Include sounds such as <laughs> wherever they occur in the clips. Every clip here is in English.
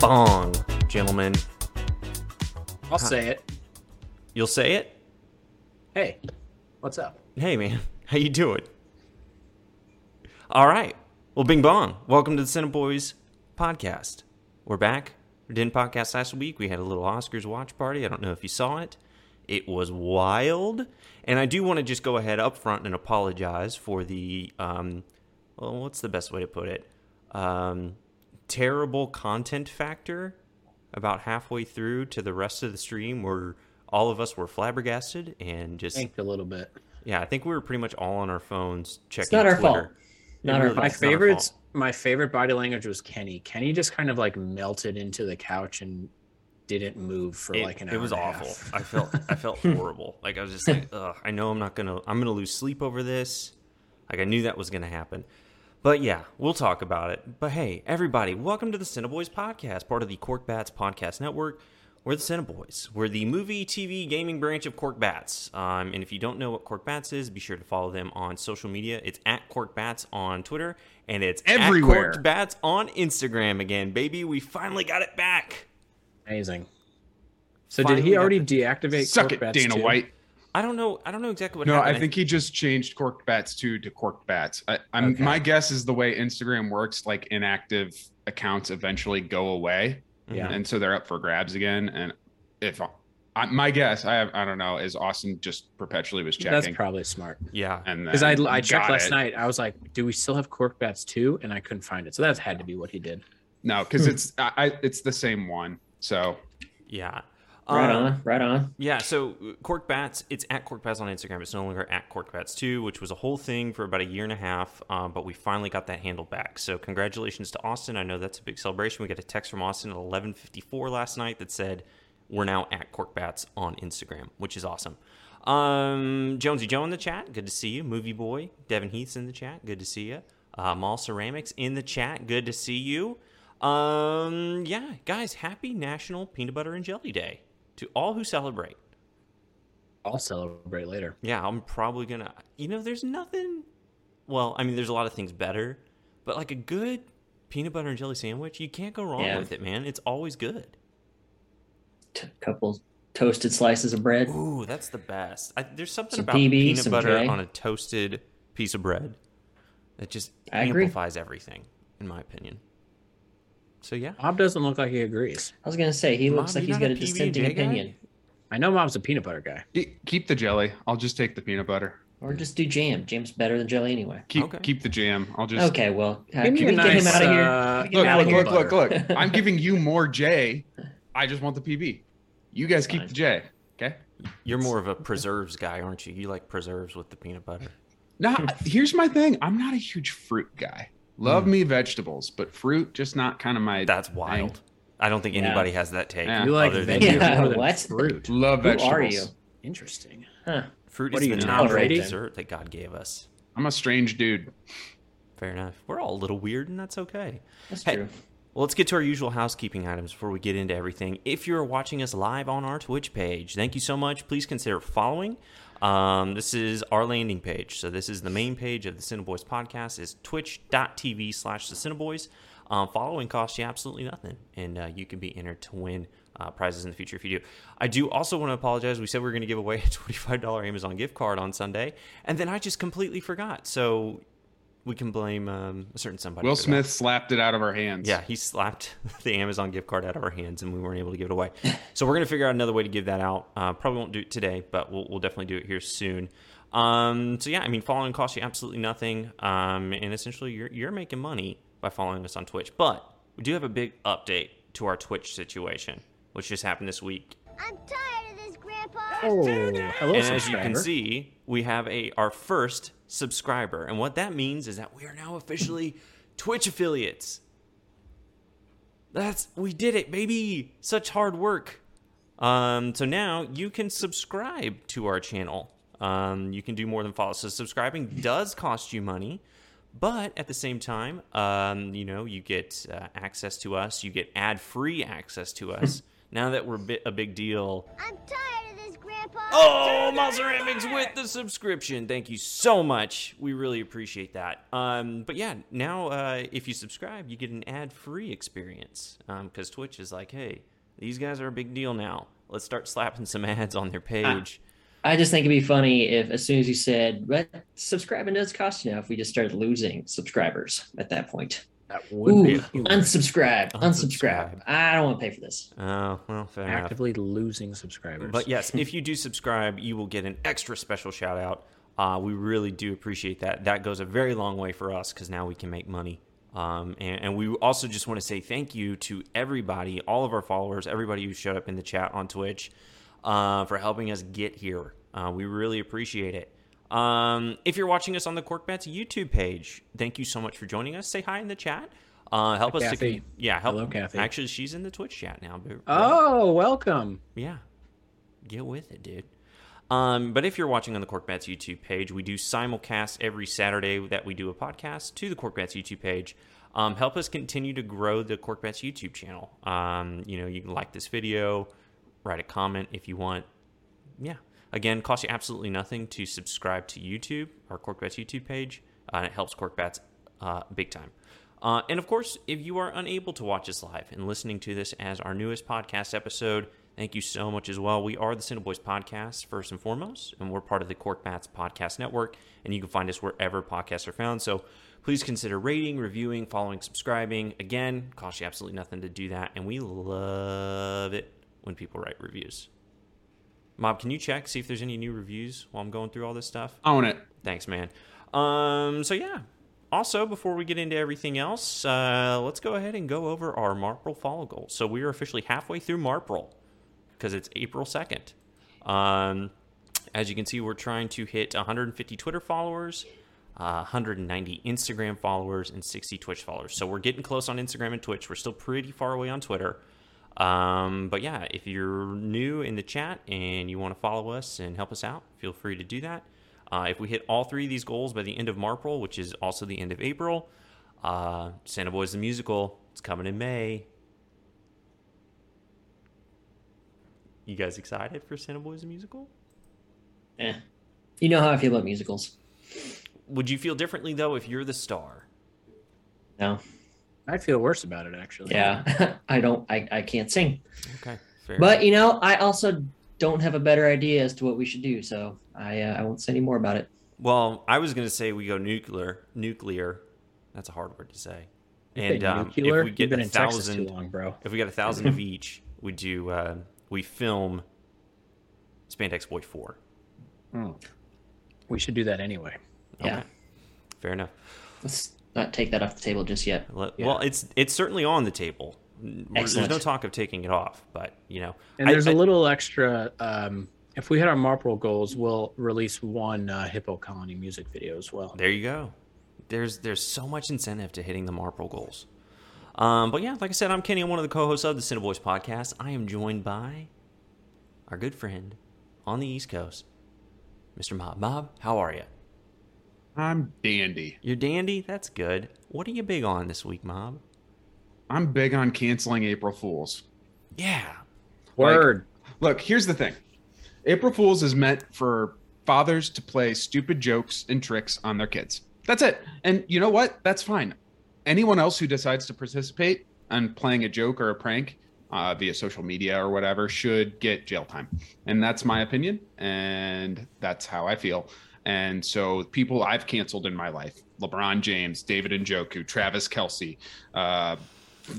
thong, gentlemen. I'll say it. You'll say it? Hey, what's up? Hey man, <laughs> how you doing? All right. Well, bing bong. Welcome to the Cineboys podcast. We're back. We did podcast last week. We had a little Oscars watch party. I don't know if you saw it. It was wild. And I do want to just go ahead up front and apologize for the um well, what's the best way to put it? Um terrible content factor about halfway through to the rest of the stream where all of us were flabbergasted and just Thanked a little bit. yeah, I think we were pretty much all on our phones checking. not our Twitter. fault. It Not our really fault. My is not our favorites. fault. My favorite body language was Kenny. Kenny just kind of like melted into the couch and didn't move for It, like an hour. it was and a awful. half. I felt I <laughs> felt horrible. Like I was just like, Ugh, I know I'm not gonna I'm gonna lose sleep over this. Like I knew that was gonna happen. But yeah, we'll talk about it. But hey, everybody, welcome to the Cineboys podcast, part of the Cork Bats Podcast Network. We're the Cineboys. We're the movie, TV, gaming branch of Cork Bats. Um, and if you don't know what Cork Bats is, be sure to follow them on social media. It's at Cork Bats on Twitter, and it's at Everywhere. Cork Bats on Instagram again, baby. We finally got it back. Amazing. So Finally did he got already deactivate? Suck Cork it, Bats Dana too? White. I don't know. I don't know exactly what No, happened. I think he just changed corked bats two to corked bats. I, I'm Okay. my guess is the way Instagram works, like inactive accounts eventually go away, Yeah. and so they're up for grabs again. And if I, my guess, I have, I don't know, is Austin just perpetually was That's checking, probably smart. Yeah. and Because I, then I checked got last it. night. I was like, do we still have Cork Bats too? And I couldn't find it. So that had to be what he did. No, because it's I, I, it's the same one. So Yeah. Right Um, on, right on. Yeah, so uh, Cork Bats, it's at Cork Bats on Instagram. It's no longer at Cork Bats 2, which was a whole thing for about a year and a half, um, but we finally got that handle back. So congratulations to Austin. I know that's a big celebration. We got a text from Austin at 11.54 last night that said, we're now at Cork Bats on Instagram, which is awesome. Um, Jonesy Joe in the chat, good to see you. Movie Boy, Devin Heath's in the chat, good to see you. Uh, Mall Ceramics in the chat, good to see you. Um, yeah, guys, happy National Peanut Butter and Jelly Day to all who celebrate. I'll celebrate later. Yeah, I'm probably gonna. You know, there's nothing. Well, I mean, there's a lot of things better, but like a good peanut butter and jelly sandwich, you can't go wrong Yeah. with it, man. It's always good. T- couple toasted slices of bread. Ooh, that's the best. I, there's something Some about PB, peanut some butter J. on a toasted piece of bread that just I agree. amplifies everything, in my opinion. So yeah, Bob doesn't look like he agrees. I was gonna say he looks Mom, like you're he's not got a, a PB&J dissenting guy? opinion, I know Mom's a peanut butter guy. e- keep the jelly. I'll just take the peanut butter. or just do jam. Jam's better than jelly anyway. Keep Okay. keep the jam. I'll just Okay, well, uh, Give can me we a get him nice, out of here? uh, Can we look, get him out of look, here? look, look, look, <laughs> I'm giving you more J. I just want the PB. You guys keep Fine. the J. Okay. you're more of a preserves guy, aren't you? You like preserves with the peanut butter. <laughs> No, here's my thing. I'm not a huge fruit guy. Love Hmm. me vegetables, but fruit just not kind of my. That's wild. I don't think Yeah. anybody has that take. Yeah. You like other than veggies Yeah, more than what? fruit. Love Who vegetables. are you? Interesting. Huh. Fruit What is are you, the Tom natural Brady? dessert that God gave us. I'm a strange dude. Fair enough. We're all a little weird, and that's okay. That's Hey, true. Well, let's get to our usual housekeeping items before we get into everything. If you're watching us live on our Twitch page, thank you so much. Please consider following. Um, this is our landing page. So this is the main page of the Cineboys podcast. is twitch.tv slash the Cineboys. Um, following costs you absolutely nothing, and uh, you can be entered to win uh, prizes in the future if you do. I do also want to apologize. We said we were going to give away a <laughs> $25 Amazon gift card on Sunday, and then I just completely forgot. So we can blame um, a certain somebody. Will for that. Smith slapped it out of our hands. Yeah, he slapped <laughs> the Amazon gift card out of our hands, and we weren't able to give it away. So we're gonna figure out another way to give that out. Uh, probably won't do it today, but we'll, we'll definitely do it here soon. Um, so yeah, I mean, following costs you absolutely nothing, um, and essentially you're you're making money by following us on Twitch. But we do have a big update to our Twitch situation, which just happened this week. I'm tired of this, Grandpa. Oh, hello, and as you can subscriber. see, we have a our first subscriber, and what that means is that we are now officially Twitch affiliates. That's we did it, baby! Such hard work. Um, so now you can subscribe to our channel. Um, you can do more than follow. So subscribing does cost you money, but at the same time, um, you know, you get uh, access to us. You get ad-free access to us. now that we're bi- a big deal I'm tired of this, Grandpa. Grandpa. Oh, Miles Ceramics with the subscription. Thank you so much. We really appreciate that. Um, but yeah, now uh, if you subscribe, you get an ad-free experience because Twitch is like, hey, these guys are a big deal now. Let's start slapping some ads on their page. I just think it'd be funny if, as soon as you said, "But subscribing does cost you now," if we just started losing subscribers at that point. That Ooh, would be Unsubscribe. unsubscribe, unsubscribe. I don't want to pay for this. Oh, well, fair enough. actively losing subscribers. But yes, <laughs> if you do subscribe, you will get an extra special shout out. Uh, we really do appreciate that. That goes a very long way for us because now we can make money. Um, and, and we also just want to say thank you to everybody, all of our followers, everybody who showed up in the chat on Twitch uh, for helping us get here. Uh, we really appreciate it. Um, if you're watching us on the Corkbats YouTube page, thank you so much for joining us. Say hi in the chat. Uh, help us to Kathy. yeah help Hello, Kathy. actually she's in the Twitch chat now. but- oh, welcome. yeah. Get with it, dude. Um, but if you're watching on the Corkbats YouTube page, we do simulcast every Saturday that we do a podcast to the Corkbats YouTube page. Um, help us continue to grow the Corkbats YouTube channel. Um, you know, you can like this video, write a comment if you want. Yeah. Again, costs you absolutely nothing to subscribe to YouTube, our Corkbats YouTube page, uh, and it helps Corkbats uh, big time. Uh, and of course, if you are unable to watch us live and listening to this as our newest podcast episode, thank you so much as well. We are the Cineboys Podcast, first and foremost, and we're part of the Corkbats Podcast Network, and you can find us wherever podcasts are found. So please consider rating, reviewing, following, subscribing. Again, costs you absolutely nothing to do that, and we love it when people write reviews. Mob, can you check, see if there's any new reviews while I'm going through all this stuff? Own it. Thanks, man. Um, so yeah. Also, before we get into everything else, uh, let's go ahead and go over our Marpril follow goal. So we are officially halfway through Marpril because it's April second. Um, as you can see, we're trying to hit 150 Twitter followers, uh, 190 Instagram followers, and 60 Twitch followers. So we're getting close on Instagram and Twitch. We're still pretty far away on Twitter. Um, but yeah, if you're new in the chat and you want to follow us and help us out, feel free to do that. Uh, if we hit all three of these goals by the end of Marpril, which is also the end of April, uh, Santa Boys the Musical, it's coming in May. You guys excited for Santa Boys the Musical? Eh. You know how I feel about musicals. Would you feel differently though if you're the star? No. I feel worse about it actually. Yeah. <laughs> I don't I, I can't sing. Okay, fair. But you know, I also don't have a better idea as to what we should do, so I uh, I won't say any more about it. well, I was gonna say we go nuclear. Nuclear. That's a hard word to say. And um, nuclear. if we You've get been a in Texas too thousand, long, bro. if we got a thousand <laughs> of each, we do. Uh, we film Spandex Boy Four. Oh. We should do that anyway. Yeah. Fair enough. Let's not take that off the table just yet. Let- Yeah. Well, it's it's certainly on the table. N- we're- There's no Excellent. talk of taking it off, but you know, And I- there's a I- little extra. Um, if we hit our Marple goals, we'll release one uh, Hippo Colony music video as well. There you go. There's there's so much incentive to hitting the Marple goals. Um, but yeah, like I said, I'm Kenny. I'm one of the co-hosts of the Cineboys podcast. I am joined by our good friend on the East Coast, Mr. Mob. Mob, how are you? I'm dandy. You're dandy. That's good. What are you big on this week, Mob? I'm big on canceling April Fools. Yeah. Word. Look, here's the thing April Fools is meant for fathers to play stupid jokes and tricks on their kids. That's it. And you know what? That's fine. Anyone else who decides to participate on playing a joke or a prank uh, via social media or whatever should get jail time. And that's my opinion. And that's how I feel. And so, people I've canceled in my life LeBron James, David Njoku, Travis Kelsey, uh,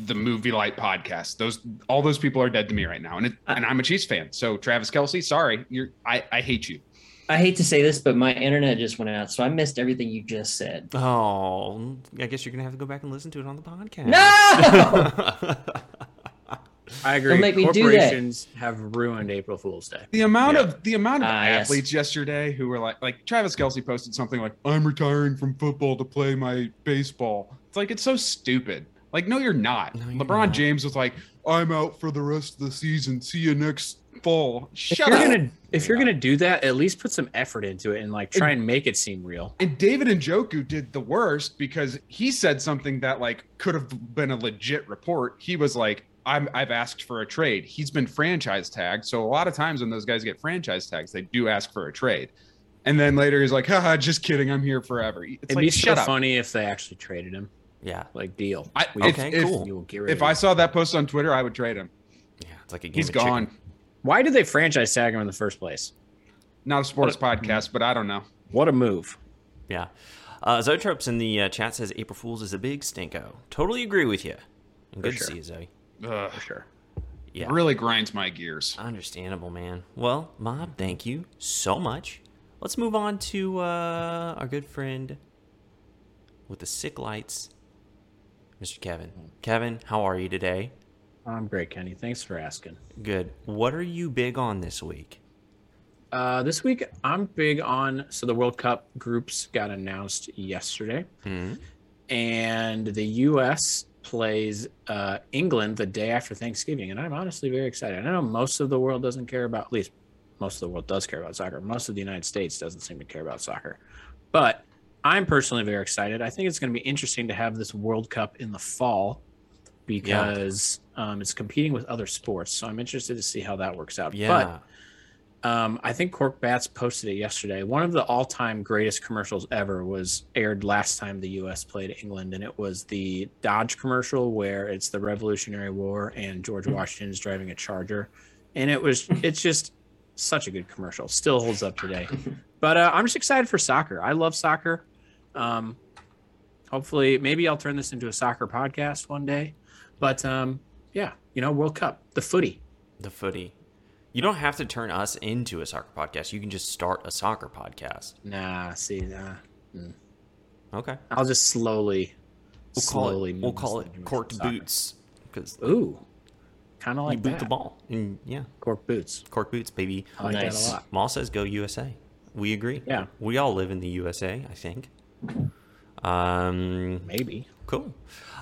the Movie Light podcast. Those all those people are dead to me right now, and it, and I'm a Chiefs fan. So Travis Kelsey, sorry, you're I I hate you. I hate to say this, but my internet just went out, so I missed everything you just said. Oh, I guess you're gonna have to go back and listen to it on the podcast. No! I agree. Don't make me do that. Corporations have ruined April Fool's Day. The amount Yeah. of the amount of Ah, yes. athletes yesterday who were like like Travis Kelsey posted something like I'm retiring from football to play my baseball. It's like it's so stupid. Like no, you're not. No, you're LeBron not. James was like I'm out for the rest of the season. See you next fall. If Shut you're up. gonna if you're gonna do that, at least put some effort into it and like try and make it seem real. And David Njoku did the worst because he said something that like could have been a legit report. He was like, I'm, I've asked for a trade. He's been franchise tagged. So a lot of times when those guys get franchise tags, they do ask for a trade. And then later he's like, haha, just kidding. I'm here forever. It's It'd like, be so shut up. funny if they actually traded him. <laughs> Yeah. Like deal. I, We- if, Okay, if- cool. You will get rid if of I him. saw that post on Twitter, I would trade him. Yeah. It's like a game He's of chicken. gone. Why did they franchise tag him in the first place? Not a sports podcast, but I don't know. What a move. Yeah. Uh, Zotropes in the uh, chat says April Fool's is a big stinko. Totally agree with you. And For good sure. to see you, Zoe. Ugh, For sure. Yeah. Uh, Really grinds my gears. Understandable, man. Well, Mob, thank you so much. Let's move on to uh, our good friend with the sick lights, Mr. Kevin. Kevin, how are you today? I'm great, Kenny. Thanks for asking. Good. What are you big on this week? Uh, this week, I'm big on. So the World Cup groups got announced yesterday, Hmm. and the U.S. plays uh, England the day after Thanksgiving, and I'm honestly very excited. I know most of the world doesn't care about, at least most of the world does care about soccer. Most of the United States doesn't seem to care about soccer, but I'm personally very excited. I think it's going to be interesting to have this World Cup in the fall because um, it's competing with other sports. So I'm interested to see how that works out. Yeah. But um, I think Cork Bats posted it yesterday. One of the all-time greatest commercials ever was aired last time the U.S. played England, and it was the Dodge commercial where it's the Revolutionary War and George Washington's driving a Charger, and it was it's just such a good commercial. Still holds up today. But uh, I'm just excited for soccer. I love soccer. Um, hopefully, maybe I'll turn this into a soccer podcast one day. But um, yeah, you know, World Cup, the footy. the footy. You don't have to turn us into a soccer podcast. You can just start a soccer podcast. Nah, see, nah. Okay. I'll just slowly, We'll call slowly. it, move we'll call this it into corked soccer. boots because Ooh, kind of you like boot that. the ball. And yeah, Cork boots. cork boots, baby. I like Nice. that a lot. Maul says go USA. We agree. Yeah. We all live in the USA, I think. Um, Maybe. cool.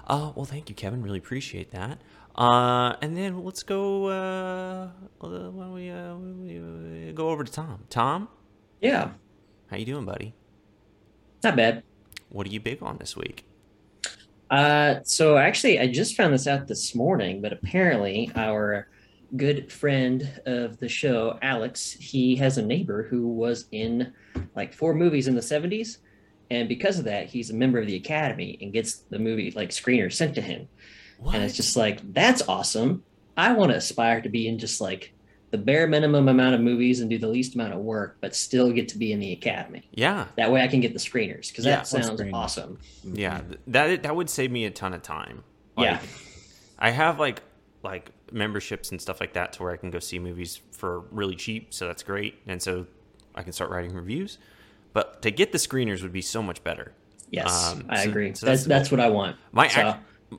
Uh, well, thank you, Kevin. Really appreciate that. Uh, and then let's go. Uh, why don't we, uh, we, we go over to Tom? Tom, Yeah, how you doing, buddy? not bad. What are you big on this week? Uh, so actually, I just found this out this morning, but apparently, our good friend of the show, Alex, he has a neighbor who was in like four movies in the 70s. And because of that, he's a member of the Academy and gets the movie like screener sent to him. What? And it's just like, that's awesome. I want to aspire to be in just like the bare minimum amount of movies and do the least amount of work, but still get to be in the Academy. yeah. That way I can get the screeners because Yeah, that well, sounds screeners. awesome. Yeah, th- that that would save me a ton of time. Yeah. Like, I have like like memberships and stuff like that to where I can go see movies for really cheap, so that's great. And so I can start writing reviews. But to get the screeners would be so much better. Yes, Um, I so- agree. so that's that's the goal. that's what I want. My So, ac-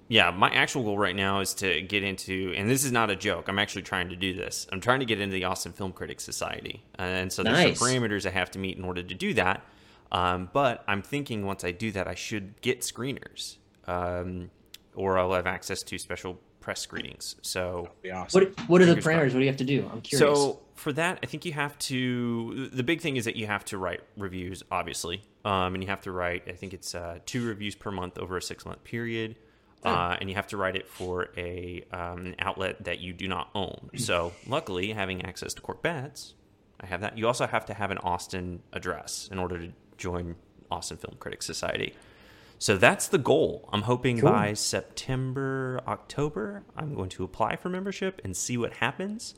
yeah, my actual goal right now is to get into, and this is not a joke. I'm actually trying to do this. I'm trying to get into the Austin Film Critics Society, and so there's Nice. some parameters I have to meet in order to do that. Um, but I'm thinking once I do that, I should get screeners, um, or I'll have access to special press screenings. So Be awesome. what what are the Fingers crossed. parameters? What do you have to do? I'm curious. so for that, I think you have to. The big thing is that you have to write reviews, obviously, um, and you have to write. I think it's uh, two reviews per month over a six month period, uh, and you have to write it for a um, an outlet that you do not own. so luckily, having access to Cork Bats, I have that. You also have to have an Austin address in order to join Austin Film Critics Society. So that's the goal. I'm hoping by September, October, I'm going to apply for membership and see what happens.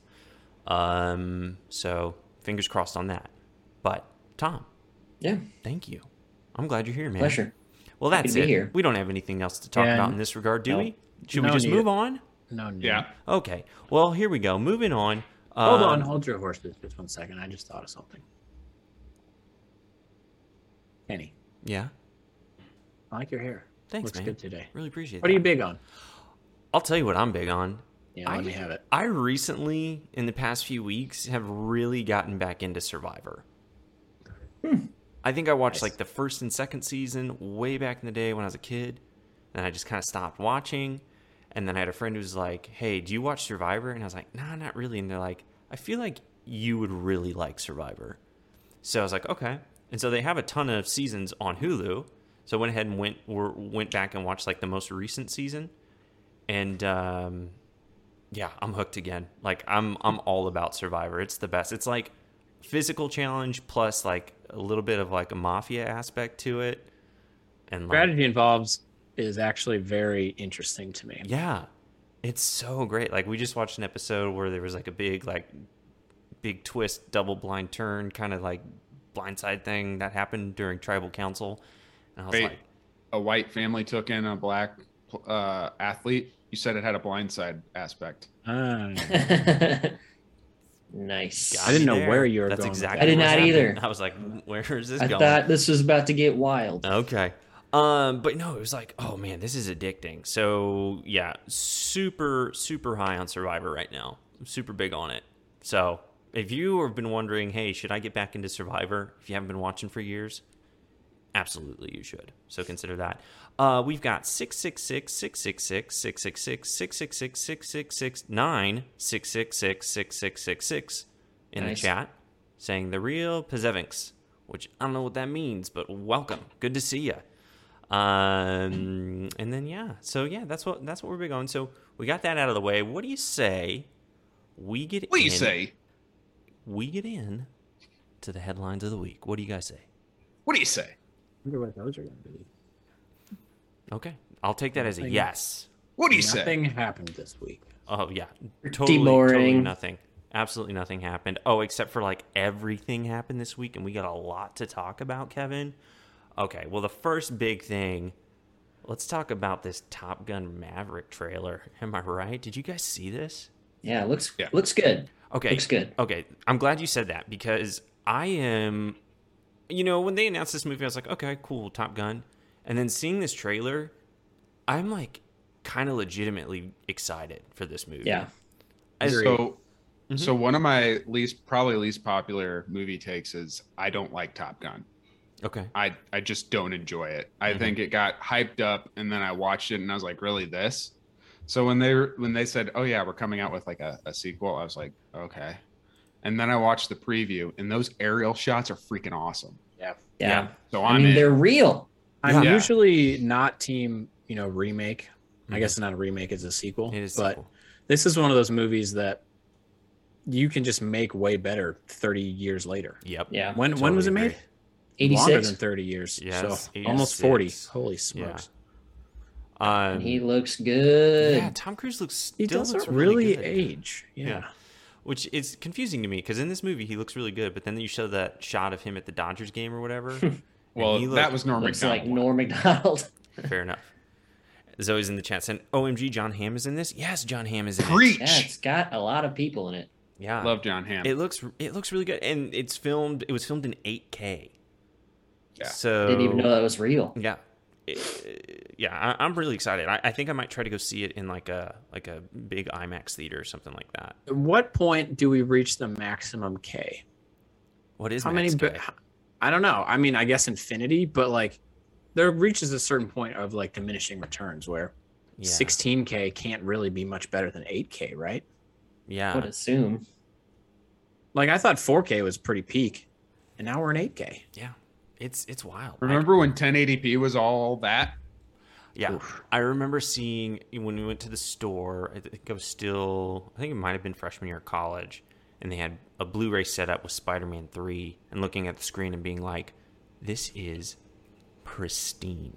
Um, so fingers crossed on that. But Tom, yeah, thank you. I'm glad you're here, man. pleasure. <laughs> Well, Happy that's to be it. here. We don't have anything else to talk Yeah, about n- in this regard, do no. we? Should No we just need. move on? No, no. Yeah. Okay. Well, here we go. Moving on. Hold Um, on. Hold your horses. Just one second. I just thought of something. Kenny, Yeah. I like your hair. Thanks, Looks man. good today. Really appreciate What that. are you big on? I'll tell you what I'm big on. Yeah, let I- me have it. I recently, in the past few weeks, have really gotten back into Survivor. I think I watched Hmm. Nice. like the first and second season way back in the day when I was a kid, and I just kind of stopped watching. And then I had a friend who was like, "Hey, do you watch Survivor?" And I was like, "Nah, not really." And they're like, "I feel like you would really like Survivor." So I was like, "Okay." And so they have a ton of seasons on Hulu. So I went ahead and went were, went back and watched like the most recent season, and um, Yeah, I'm hooked again. Like I'm I'm all about Survivor. It's the best. It's like physical challenge plus like a little bit of like a mafia aspect to it. And like, Strategy involves is actually very interesting to me. Yeah. It's so great. Like we just watched an episode where there was like a big like big twist, double blind turn kind of like blindside thing that happened during tribal council. And I was Wait. like, A white family took in a black uh, athlete. You said it had a blindside aspect. Ah. nice. "Got I didn't me know there." where you were That's going with exactly that. I did what's not either. happening. I was like, where is this I going? Uh, thought this was about to get wild. Okay. Um, but no, it was like, oh man, this is addicting. So yeah, super, super high on Survivor right now. I'm super big on it. So if you have been wondering, hey, should I get back into Survivor? If you haven't been watching for years, absolutely you should. So consider that. Uh, we've got 666 666 666 666 666 9 666 6666 in the Nice. chat saying the real Pazevinks, which I don't know what that means, but welcome. Good to see you. Um, and then yeah, so yeah, that's what that's what we're big on. So we got that out of the way. What do you say? We get What do you in- say? We get in to the headlines of the week. What do you guys say? What do you say? wonder what those are going to be. Okay, I'll take that as a Nothing. yes. What do you say? Nothing happened this week. Oh yeah, totally, totally boring. nothing. Absolutely nothing happened. Oh, except for like everything happened this week, and we got a lot to talk about, Kevin. Okay, well the first big thing, let's talk about this Top Gun Maverick trailer. Am I right? Did you guys see this? Yeah, looks Yeah. looks good. Okay, Looks good. Okay, I'm glad you said that because I am, you know, when they announced this movie, I was like, okay, cool, Top Gun, and then seeing this trailer, I'm like, kind of legitimately excited for this movie. Yeah. I- So, Mhm. so one of my least, probably least popular movie takes is I don't like Top Gun. Okay. I I just don't enjoy it. I Mhm. think it got hyped up, and then I watched it, and I was like, really this. So when they when they said, oh yeah, we're coming out with like a, a sequel, I was like, okay. And then I watched the preview, and those aerial shots are freaking awesome. Yeah. Yeah. So I I'm mean, in. they're real. I'm Yeah. usually not team, you know, remake. I Mhm. guess it's not a remake; it's a sequel. It is but sequel. this is one of those movies that you can just make way better 30 years later. Yep. Yeah. When when was it Totally made? agree. Longer 86. than 30 years. Yes, so almost 40. 86. Holy smokes! Um, he looks good. yeah, Tom Cruise looks still He doesn't looks really really, good. age. Yeah. Yeah. which is confusing to me because in this movie he looks really good, but then you show that shot of him at the Dodgers game or whatever. and well, he that looked- was Norm looks Macdonald. like Norm Macdonald. <laughs> fair enough. Zoe's in the chat saying, "OMG, John Hamm is in this." Yes, John Hamm is in Preach. it. yeah, it's got a lot of people in it. Yeah, Love John Hamm. it looks it looks really good, and it's filmed. It was filmed in 8K. Yeah. So Didn't even know that was real. Yeah, It- yeah, I, I'm really excited. I, I think I might try to go see it in like a like a big IMAX theater or something like that. At what point do we reach the maximum K? What is how many? Max bi- K? I don't know. I mean, I guess infinity, but like, there reaches a certain point of like diminishing returns where Yeah. 16K can't really be much better than 8K, right? Yeah. Would assume. <laughs> Like I thought 4K was pretty peak, and now we're in 8K. Yeah. It's it's wild. I- Remember when 1080p was all that? yeah. I remember seeing when we went to the store, I think I was still I think it might have been freshman year of college, and they had a Blu-ray setup with Spider-Man 3 and looking at the screen and being like, This is pristine.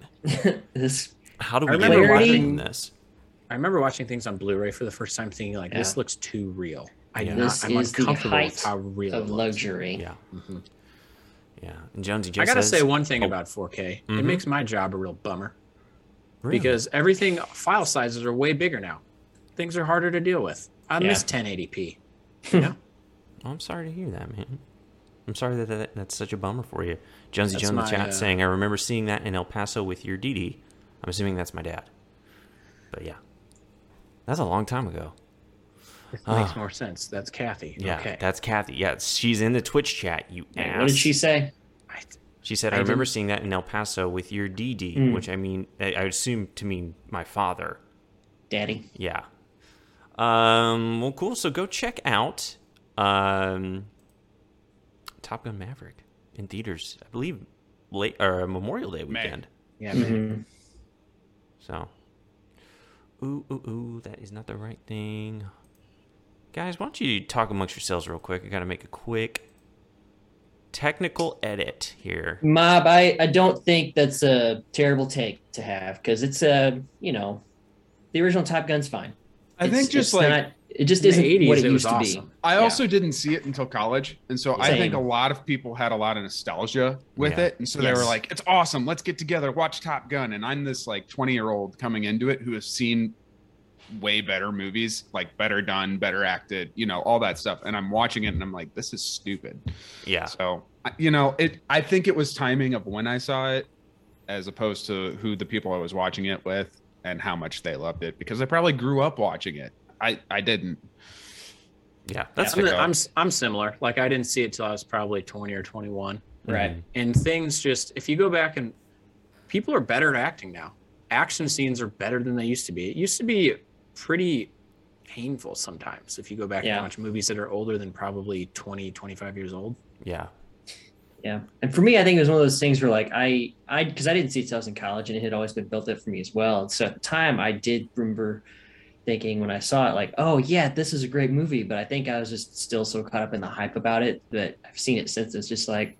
This How do I we get remember away watching- from this? I remember watching things on Blu-ray for the first time, thinking like, Yeah. this looks too real. I Yeah. do not, This I'm is the uncomfortable with height how real of it looks. luxury. Yeah. Mhm. Yeah. And Jonesy J I gotta says, say one thing Oh. about 4K. Mhm. It makes my job a real bummer Really? because everything file sizes are way bigger now. Things are harder to deal with. I Yeah. miss 1080p. <laughs> You know, Oh, I'm sorry to hear that, man. I'm sorry that, that that's such a bummer for you. Jonesy That's Joe in the my, chat uh, saying, I remember seeing that in El Paso with your Didi. I'm assuming that's my dad. But yeah, that's a long time ago. this Ah. makes more sense. That's Kathy. Yeah, okay. that's Kathy. Yeah, she's in the Twitch chat. You ass. What did she say? I- She said, "I, I remember didn't- seeing that in El Paso with your DD, Hmm. Mm. which I mean, I, I assume to mean my father." Daddy. Yeah. Um, well, cool. So go check out um, Top Gun Maverick in theaters. I believe late or Memorial Day May. weekend. yeah, man. Mhm. So, ooh, ooh, ooh, that is not the right thing. Guys, why don't you talk amongst yourselves real quick? I got to make a quick technical edit here. Mob, I, I don't think that's a terrible take to have because it's a you know, the original Top Gun's fine. I It's- think just it's like not- it just In isn't the 80s, what it, it used was to awesome. I Yeah. also didn't see it until college, and so I think a Same. lot of people had a lot of nostalgia with Yeah. it, and so they were Yes. like, "It's awesome! Let's get together, watch Top Gun." And I'm this like 20 year old coming into it who has seen way better movies, like better done, better acted, you know, all that stuff, and I'm watching it, and I'm like, "This is stupid." Yeah. So I- you know, it. I think it was timing of when I saw it, as opposed to who the people I was watching it with and how much they loved it, because I probably grew up watching it. I I didn't. Yeah. That's I'm, fair. I'm I'm similar. Like I didn't see it till I was probably 20 or 21. be. Right. and things just if you go back and people are better at acting now action scenes are better than they used to be it used to be pretty painful sometimes if you go back Yeah. and watch movies that are older than probably 20 25 years old Mm-hmm. Yeah. Yeah. And for me, I think it was one of those things where like I I because I didn't see it till I was in college and it had always been built up for me as well. And so at the time I did remember thinking when I saw it, like, oh yeah, this is a great movie. But I think I was just still so caught up in the hype about it that I've seen it since it's just like,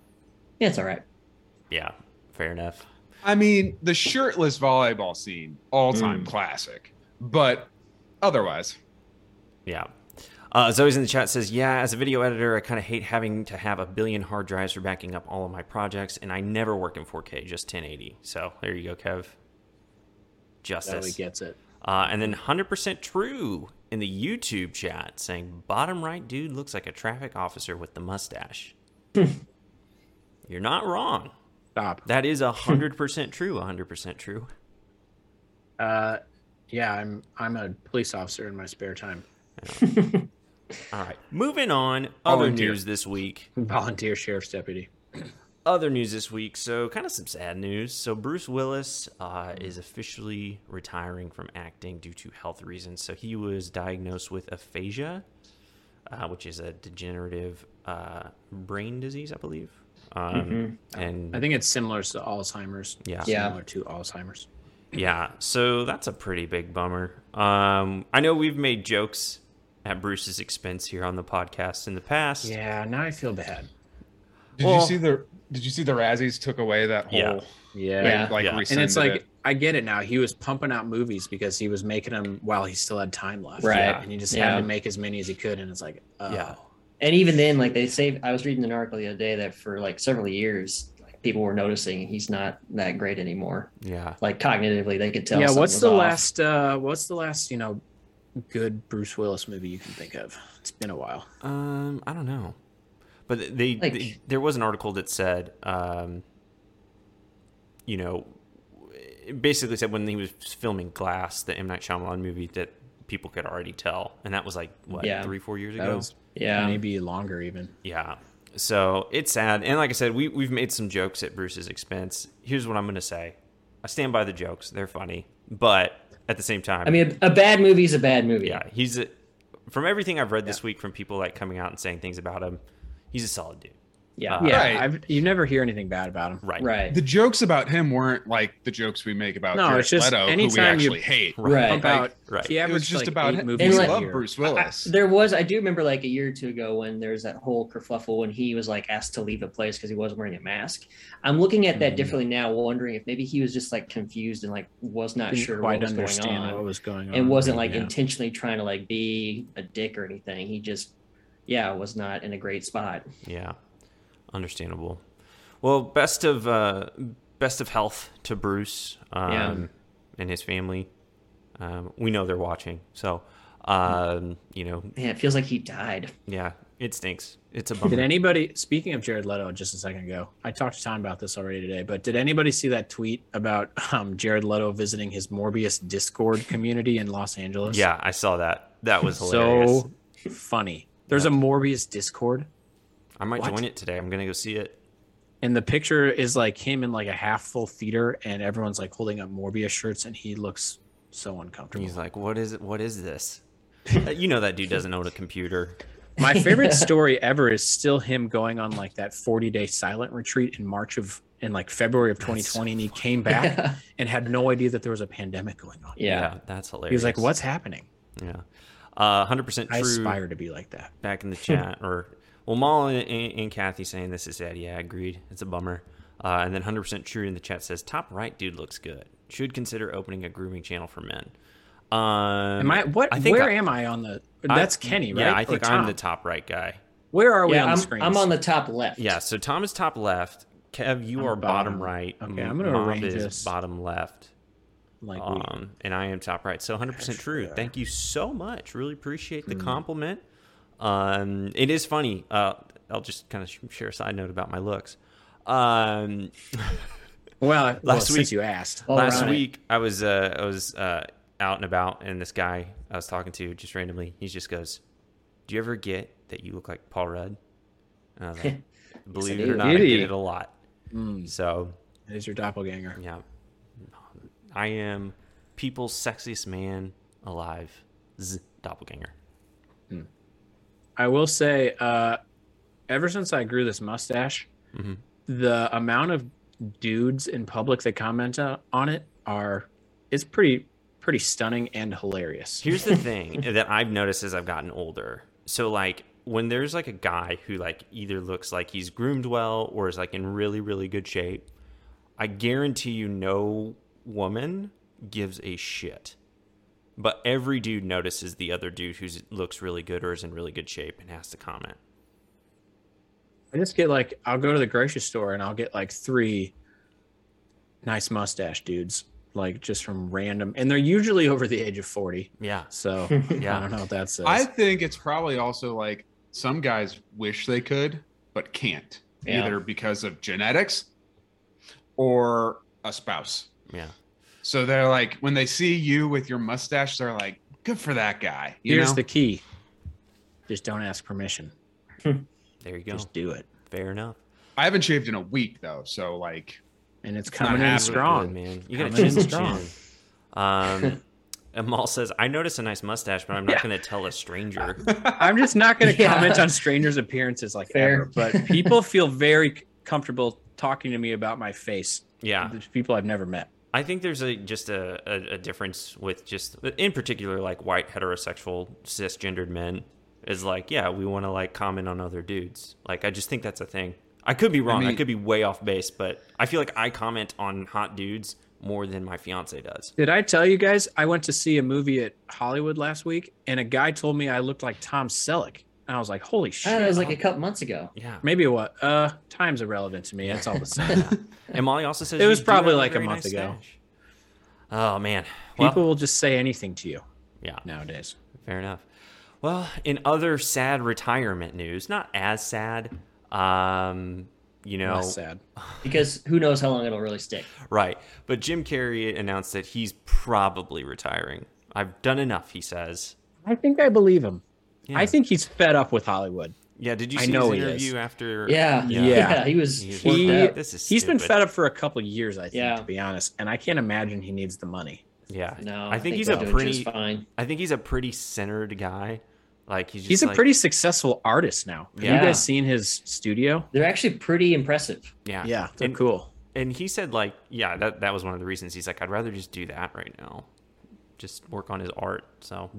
yeah, it's all right. Yeah. Fair enough. I mean, the shirtless volleyball scene, all Mm. time classic. But otherwise, Yeah. Uh, Zoe's in the chat says, Yeah, as a video editor, I kind of hate having to have a billion hard drives for backing up all of my projects, and I never work in 4K, just 1080. So there you go, Kev. that he Justice. gets it Uh, and then 100% true in the YouTube chat saying, Bottom right dude looks like a traffic officer with the mustache. You're not wrong. stop That is 100% true. 100% true. uh yeah i'm i'm a police officer in my spare time <laughs> All right. Moving on. Other Volunteer. news this week. volunteer sheriff's deputy other news this week. So, kind of some sad news. So, Bruce Willis uh, Hmm. is officially retiring from acting due to health reasons. So, he was diagnosed with aphasia, uh, which is a degenerative uh, brain disease, I believe. Um, And Mm-hmm. i think it's similar to alzheimer's Yeah. Yeah. similar to alzheimer's yeah, so that's a pretty big bummer. Um, I know we've made jokes at Bruce's expense here on the podcast in the past. yeah now i feel bad did Well- you see the did you see the Razzies took away that whole Yeah. yeah Yeah. like Yeah. And and rescinded it's like it. I get it now. He was pumping out movies because he was making them while he still had time left, Right. Yeah. And he just Yeah. had to make as many as he could, and it's like, oh, Yeah. And even then, like they say, I was reading an article the other day that for like several years, like, people were noticing he's not that great anymore. Yeah. Like cognitively, they could tell. yeah. something What's was the off. last? uh What's the last? You know, good Bruce Willis movie you can think of? It's been a while. Um, I don't know, but th- they, Like- they- there was an article that said, um, you know, it basically said when he was filming Glass, the M Night Shyamalan movie, that people could already tell, and that was like what Yeah. three, four years That ago. was Yeah. maybe longer even. Yeah. So it's sad. And like I said, we, we've made some jokes at Bruce's expense. Here's what I'm going to say I stand by the jokes. They're funny. But at the same time, I mean, a, a bad movie is a bad movie. yeah, he's a, from everything I've read this week from people like coming out and saying things about him, he's a solid dude. Yeah. Uh, yeah, Right. I've, you never hear anything bad about him. Right. right. the jokes about him weren't like the jokes we make about No, Jared it's just Leto, who we anytime you- actually hate. Right. Pump out. Right. He It averaged was just like about eight him. movies. We And, like- a love year. Bruce I- Willis. there was, I do remember like a year or two ago when there was that whole kerfluffle when he was like asked to leave a place because he wasn't wearing a mask. I'm looking at that Mhm. differently now, wondering if maybe he was just like confused and like was not Didn't sure quite what was going understand on. what was going on. Oh, It wasn't like Yeah. intentionally trying to like be a dick or anything. He just, yeah, was not in a great spot. Yeah, understandable. Well, best of uh, best of health to Bruce um, Yeah. and his family. Um, we know they're watching, so um, you know, Man, it feels like he died. yeah, it stinks. It's a Did bummer. anybody, speaking of Jared Leto just a second ago, I talked to Tom about this already today, but did anybody see that tweet about um, Jared Leto visiting his Morbius Discord community in Los Angeles? yeah, I saw that. That was hilarious. So funny. There's a Morbius Discord, I might what? join it today. I'm gonna go see it. and the picture is like him in like a half full theater, and everyone's like holding up Morbius shirts, and he looks so uncomfortable. He's like, "What is it? What is this?" Uh, you know that dude doesn't own a computer. My <laughs> favorite story ever is still him going on like that 40 day silent retreat in March of, in like February of 2020, and he came back yeah. and had no idea that there was a pandemic going on. Yeah, that's hilarious. He was like, "What's happening?" Yeah. Uh, 100% I true aspire to be like that. back in the chat or well Maul and, and, and Kathy saying this is sad. Yeah, agreed. It's a bummer. Uh, and then 100% true in the chat says top right dude looks good. Should consider opening a grooming channel for men. Um, Am I what? I think where I- am I on the? I- That's Kenny, right? Yeah, I Or think I'm Tom? the top right guy. Where are we yeah, on I'm, the screen? I'm on the top left. <laughs> Yeah, so Tom is top left. Kev, you I'm are bottom, bottom. right. Okay, I'm gonna Mob arrange is this. bottom left. like we- Um, and I am top right. So 100% true. Thank you so much. Really appreciate Hmm. the compliment. Um, it is funny. Uh, I'll just kind of sh- share a side note about my looks. Um, well, well, week- since you asked. All last right. week I was uh, I was uh, out and about, and this guy I was talking to just randomly, he just goes, "Do you ever get that you look like Paul Rudd?" And <laughs> I was like, "Believe it or do. not, I get Really? it a lot." Mm, So that is your doppelganger. yeah, I am people's sexiest man alive, Z doppelganger. I will say, uh, ever since I grew this mustache, Mhm. the amount of dudes in public that comment uh, on it are it's pretty pretty stunning and hilarious. Here's the <laughs> thing that I've noticed as I've gotten older. So like when there's like a guy who like either looks like he's groomed well or is like in really really good shape, I guarantee you no woman gives a shit. But every dude notices the other dude who looks really good or is in really good shape and has to comment. I just get like I'll go to the grocery store and I'll get like three nice mustache dudes, like just from random, and they're usually over the age of forty. Yeah. So <laughs> I Yeah. don't know what that says. I think it's probably also like some guys wish they could but can't, Yeah. either because of genetics or a spouse. Yeah. So they're like, when they see you with your mustache, they're like, "Good for that guy." You Here's know? the key: just don't ask permission. There you go. Just do it, Fair enough. I haven't shaved in a week though, so like, and it's not coming in happening, Good, strong. man. You got to Coming in chin to strong. chin. Um, <laughs> Amal says, "I notice a nice mustache, but I'm not going to tell a stranger." <laughs> I'm just not going to Yeah. comment on strangers' appearances like Fair. ever, but people feel very c- comfortable talking to me about my face. Yeah. There's people I've never met. I think there's a just a, a, a difference with just in particular like white heterosexual cisgendered men is like yeah we want to like comment on other dudes like I just think that's a thing I could be wrong I, mean- could be way off base but I feel like I comment on hot dudes more than my fiance does Did I tell you guys I went to see a movie at Hollywood last week, and a guy told me I looked like Tom Selleck, and I was like, "Holy I shit!" don't know, it was like a couple months ago. yeah Maybe what? Uh, time's irrelevant to me. That's all the same. <laughs> and Molly also says It you was do probably have like a very month ago. stash. oh man well, People will just say anything to you yeah nowadays. Fair enough. Well, in other sad retirement news, not as sad, um, you know, Less sad. Because who knows how long it'll really stick. right. But Jim Carrey announced that he's probably retiring. I've done enough, he says. I think I believe him. Yeah. I think he's fed up with Hollywood. Yeah, did you I see know his he interview is. after? <laughs> Yeah. Yeah. he was He was worked He- up. This is He's been stupid. fed up for a couple years, I think, Yeah. to be honest. And I can't imagine he needs the money. Yeah. No, I think he's they'll a do just pretty fine. I think he's a pretty centered guy. Like he's just he's a like- pretty successful artist now. Have Yeah. you guys seen his studio? They're actually pretty impressive. yeah. Yeah, they're And- cool. and he said like yeah that that was one of the reasons he's like I'd rather just do that right now. Just work on his art. So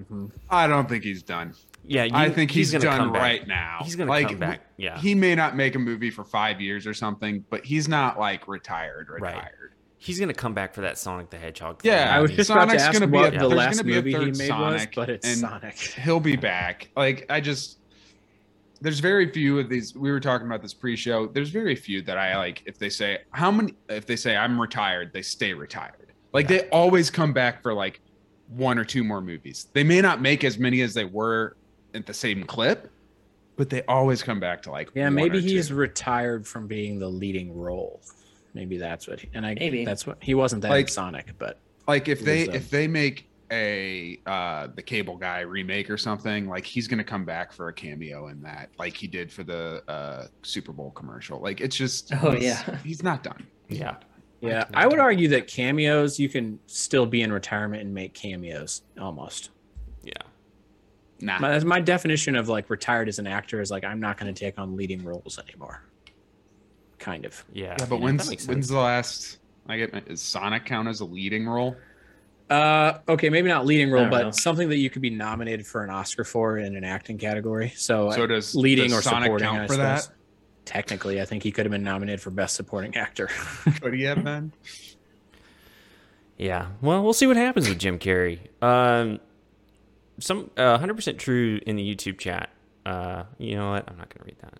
I don't think he's done. Yeah, you, I think he's, gonna done come back. right now. He's gonna Like, come back. Yeah, He may not make a movie for five years or something, but he's not like retired. Right. Retired. he's gonna come back for that Sonic the Hedgehog. Thing. Yeah, I was mean, just about Sonic's to ask gonna be what a- the there's last gonna be a movie he third made was, Sonic, but it's and- <laughs> Sonic. He'll be back. Like I just, there's very few of these. We were talking about this pre-show. There's very few that I like. If they say how many, if they say I'm retired, they stay retired. Like they always come back for like one or two more movies. They may not make as many as they were at the same clip, but they always come back to like. Yeah, one maybe or two. he's retired from being the leading role. Maybe that's what. He, and I Maybe. that's what he wasn't that in Like- Sonic, but like if they Lisa. if they make a uh the cable guy remake or something like he's gonna come back for a cameo in that like he did for the uh super bowl commercial like it's just Oh, he's- yeah. he's not done yeah, yeah, I would argue that cameos you can still be in retirement and make cameos almost. yeah, Ah. nah My, that's my definition of like retired as an actor is like I'm not going to take on leading roles anymore. Kind of. yeah. yeah you but know, that when's makes sense. when's the last i get is sonic count as a leading role Uh, okay, maybe not leading role, don't but know. something that you could be nominated for an Oscar for in an acting category. So, uh, So does leading does or Sonic supporting, count I for that? suppose. Technically, I think he could have been nominated for best supporting actor. <laughs> Could he have been? Yeah. Well, we'll see what happens with Jim Carrey. Um, some uh, 100% true in the YouTube chat. Uh, you know what? I'm not going to read that.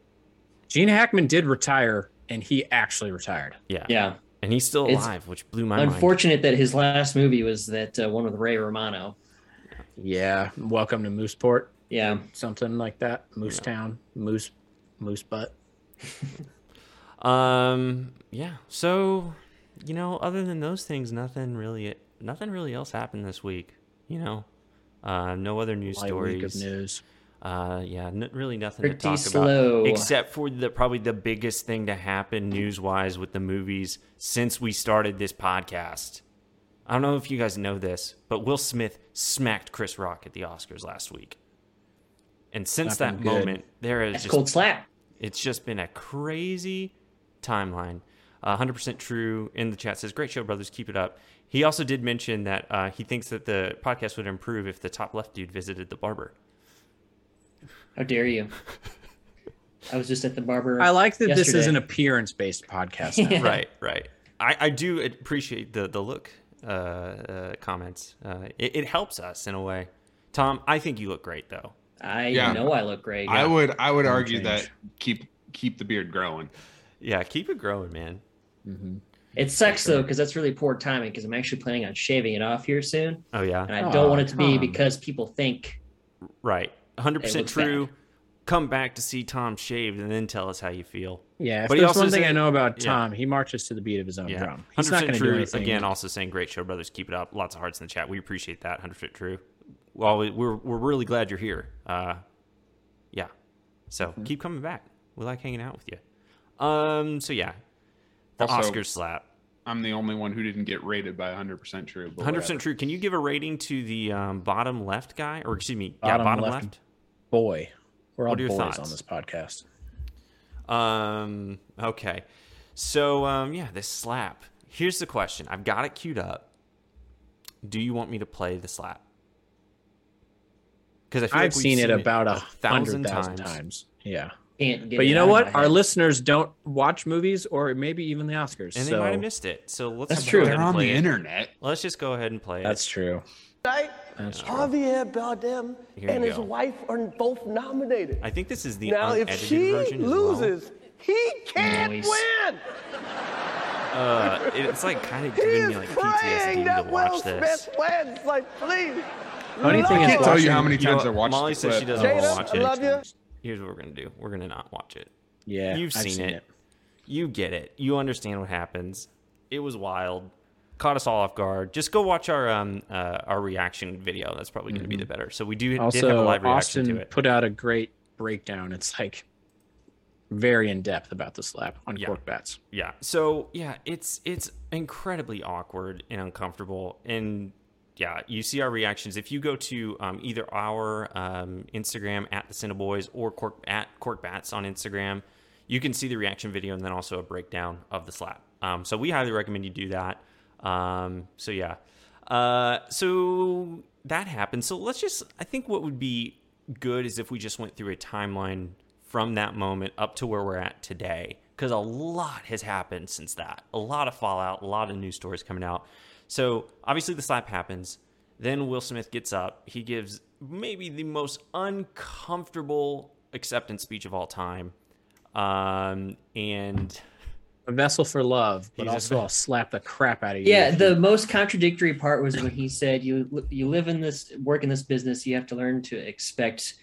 Gene Hackman did retire, and he actually retired. Yeah. Yeah. And he's still It's alive, which blew my mind. Unfortunate that his last movie was that uh, one with Ray Romano. Yeah, welcome to Mooseport, Yeah. something like that. Moose Town, Moose, Moose Butt. Um, yeah. So, you know, other than those things, nothing really, nothing really else happened this week. You know, uh, no other news Light stories. week of news. Uh, yeah, n- really nothing to Pretty talk slow. about except for the probably the biggest thing to happen news wise with the movies since we started this podcast. I don't know if you guys know this, but Will Smith smacked Chris Rock at the Oscars last week, and since Smacked that him good. moment, there is That's just cold slap. it's just been a crazy timeline. Uh, 100% true in the chat says, Great show, brothers. Keep it up. He also did mention that uh, he thinks that the podcast would improve if the top left dude visited the barber. How dare you? <laughs> I was just at the barber. I like that this yesterday. is an appearance-based <laughs> podcast. now. <laughs> Yeah. right, right. I, I do appreciate the, the look uh, uh, comments. Uh, it, it helps us in a way. Tom, I think you look great, though. I Yeah. know I look great. I would I would argue change. that keep keep the beard growing. Yeah, keep it growing, man. Mhm. It sucks though because that's really poor timing because I'm actually planning on shaving it off here soon, Oh, yeah. and I Aw, don't want it to be Tom. because people think Right. It 100% looks true. Come back to see Tom shaved and then tell us how you feel. Yeah, if But he there's also one thing I said- know about yeah. Tom, he marches to the beat of his own Yeah. drum. He's Hundred not going percent to do true. anything. Again, also saying great show, brothers. Keep it up. Lots of hearts in the chat. We appreciate that. Hundred percent true. Well, we- we're we're really glad you're here. Uh, yeah. So Mm-hmm. keep coming back. We like hanging out with you. Um. So yeah, the Also- Oscar slap. I'm the only one who didn't get rated by 100% true. but Hundred whatever. percent true. Can you give a rating to the um, bottom left guy, or excuse me, yeah, Bottom bottom left. left. boy, we're all What are your boys thoughts? on this podcast. Um. Okay. So um. Yeah. This slap. Here's the question. I've got it queued up. Do you want me to play the slap? Because I've seen, it about a hundred thousand times. Yeah, can't get. but it you know out of what? my Our head. listeners don't watch movies or maybe even the Oscars. and they so might have missed it. So let's That's just true. Go ahead and They're on the play it. internet. Let's just go ahead and play that's true. Right? That's true. Javier Bardem Here and you his go. wife are both nominated. it. I think this is the now, if unedited she version. as well. loses, he can't Nice. win. uh, it- it's like kind of He giving is me like praying PTSD that to Will watch this. Smith wins. Like, please. Funny thing Lord. I is can't tell you watching- how many You know times I what? watched Molly the says she clip. doesn't Jada, want to watch I it. love you. Here's what we're gonna do. We're gonna not watch it. Yeah, You've I've seen, it. You get it. You understand what happens. It was wild. Caught us all off guard. Just go watch our um uh, our reaction video. That's probably going to be the better. So we do did have a Mm-hmm. Also, live reaction Austin to it. put out a great breakdown. It's like very in depth about the slap on Yeah. cork bats. Yeah. So yeah, it's it's incredibly awkward and uncomfortable. And yeah, you see our reactions. If you go to um, either our um, Instagram at the Cineboys or Cork at Cork Bats on Instagram, you can see the reaction video and then also a breakdown of the slap. Um, so we highly recommend you do that. Um, so yeah. Uh, so that happened. So let's just. I think what would be good is if we just went through a timeline from that moment up to where we're at today because a lot has happened since that a lot of fallout a lot of news stories coming out so obviously the slap happens then will smith gets up he gives maybe the most uncomfortable acceptance speech of all time um, and A vessel for love, but He's a- also I'll slap the crap out of you. Yeah, if the most contradictory part was when he said, "You you live in this, work in this business. You have to learn to expect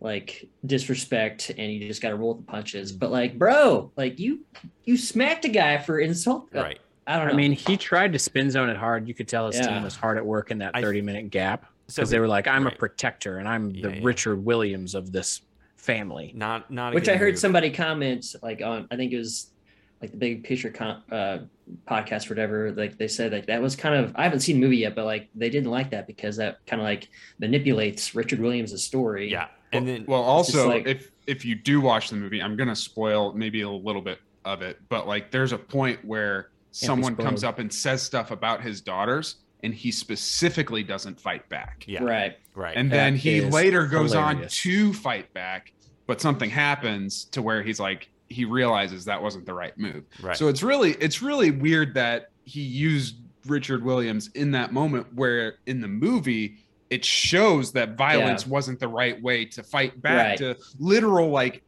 like disrespect, and you just got to roll with the punches." But like, bro, like you you smacked a guy for insult. uh, right I don't know. I mean, he tried to spin zone it hard. You could tell his Yeah. team was hard at work in that I- 30 minute gap so because they were like, I'm right. a protector and I'm Yeah, the yeah. Richard Williams of this family. not not a which good I heard move. somebody comment like on I think it was like the big picture con- uh, podcast or whatever like they said like that was kind of I haven't seen the movie yet but like they didn't like that because that kind of like manipulates Richard Williams' story yeah and then well, also, like- if if you do watch the movie, I'm gonna spoil maybe a little bit of it, but like, there's a point where someone comes spoiled. up and says stuff about his daughters, and he specifically doesn't fight back. Yeah. Right. Right. And That then he is later goes hilarious. on to fight back, but something happens to where he's like he realizes that wasn't the right move. right. So it's really it's really weird that he used Richard Williams in that moment where in the movie it shows that violence wasn't the right way to fight back Right. to literal like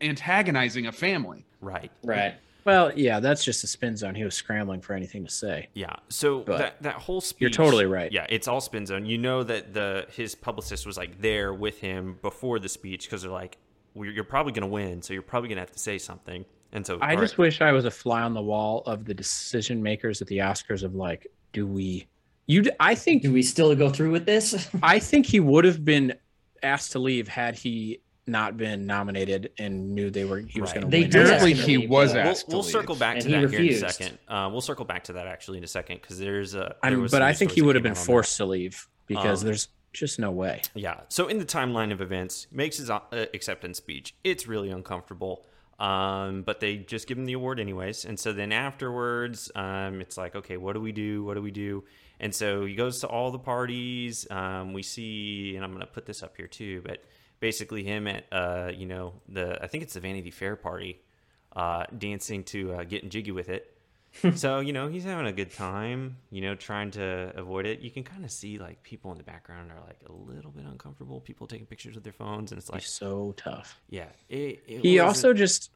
antagonizing a family. right. Right. Well, yeah, that's just a spin zone. He was scrambling for anything to say. Yeah. So But- that that whole speech. You're totally right. Yeah, it's all spin zone. You know that the his publicist was like there with him before the speech because they're like, well, you're probably going to win, so you're probably going to have to say something. And so I all just right, wish I was a fly on the wall of the decision makers at the Oscars of like, do we? You, I think, Do we still go through with this? <laughs> I think he would have been asked to leave had he not been nominated and knew they were he was Right. going to They win. did anyway. Apparently ask him he to leave, was though. we'll, asked to we'll leave. circle back to And he that refused. here in a second. Uh, we'll circle back to that actually in a second because there's a. I there mean, was but some I news think he stories that would have came been out on forced to leave because Um, there's just no way. that. Yeah. So in the timeline of events, makes his uh, acceptance speech. It's really uncomfortable. Um, but they just give him the award anyways. And so then afterwards, um, it's like, okay, what do we do? What do we do? And so he goes to all the parties. Um, we see, and I'm going to put this up here too, but basically him at, uh, you know, the, I think it's the Vanity Fair party, uh, dancing to uh, getting jiggy with <laughs> it. so, you know, he's having a good time, you know, trying to avoid it. You can kind of see like people in the background are like a little bit uncomfortable. People taking pictures with their phones. And it's like, He's so tough. yeah. It, it He wasn't- also just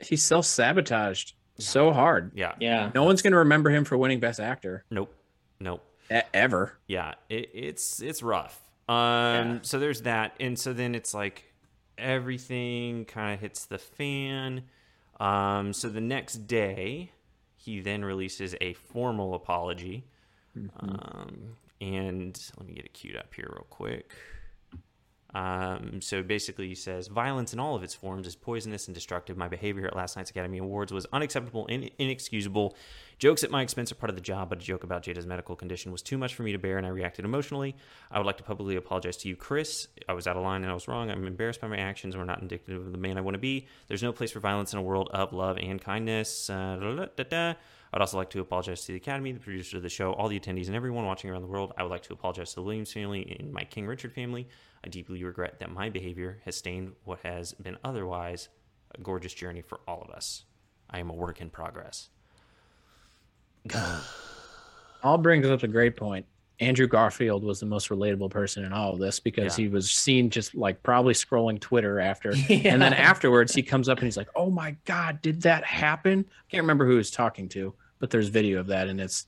he self sabotaged so hard. yeah. yeah. No one's going to remember him for winning Best Actor Nope. Nope. e- ever. Yeah. It, it's it's rough. Um Yeah. so there's that. And so then it's like everything kind of hits the fan. Um so the next day he then releases a formal apology. Um and let me get it queued up here real quick. Um, so basically, he says violence in all of its forms is poisonous and destructive. My behavior at last night's Academy Awards was unacceptable and inexcusable. Jokes at my expense are part of the job, but a joke about Jada's medical condition was too much for me to bear, and I reacted emotionally. I would like to publicly apologize to you, Chris. I was out of line and I was wrong. I'm embarrassed by my actions and were not indicative of the man I want to be. There's no place for violence in a world of love and kindness. Uh, da, da, da, da. I'd also like to apologize to the Academy, the producer of the show, all the attendees, and everyone watching around the world. I would like to apologize to the Williams family and my King Richard family. I deeply regret that my behavior has stained what has been otherwise a gorgeous journey for all of us. I am a work in progress. All brings up a great point. Andrew Garfield was the most relatable person in all of this because Yeah. he was seen just like probably scrolling Twitter <laughs> after. Yeah. And then afterwards, he comes up and he's like, Oh my God, did that happen? I can't remember who he was talking to, but there's video of that. And it's,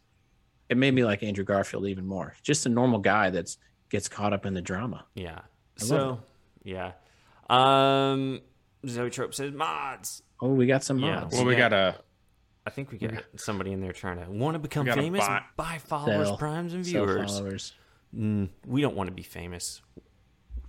it made me like Andrew Garfield even more. Just a normal guy that's gets caught up in the drama. Yeah. I so, love yeah. Um, Zoe Trope says mods. Oh, we got some Yeah, mods. well, we got a I think we got somebody in there trying to want to become got a famous, bot. buy followers, Sell- primes, and So viewers. followers. Mm, we don't want to be famous.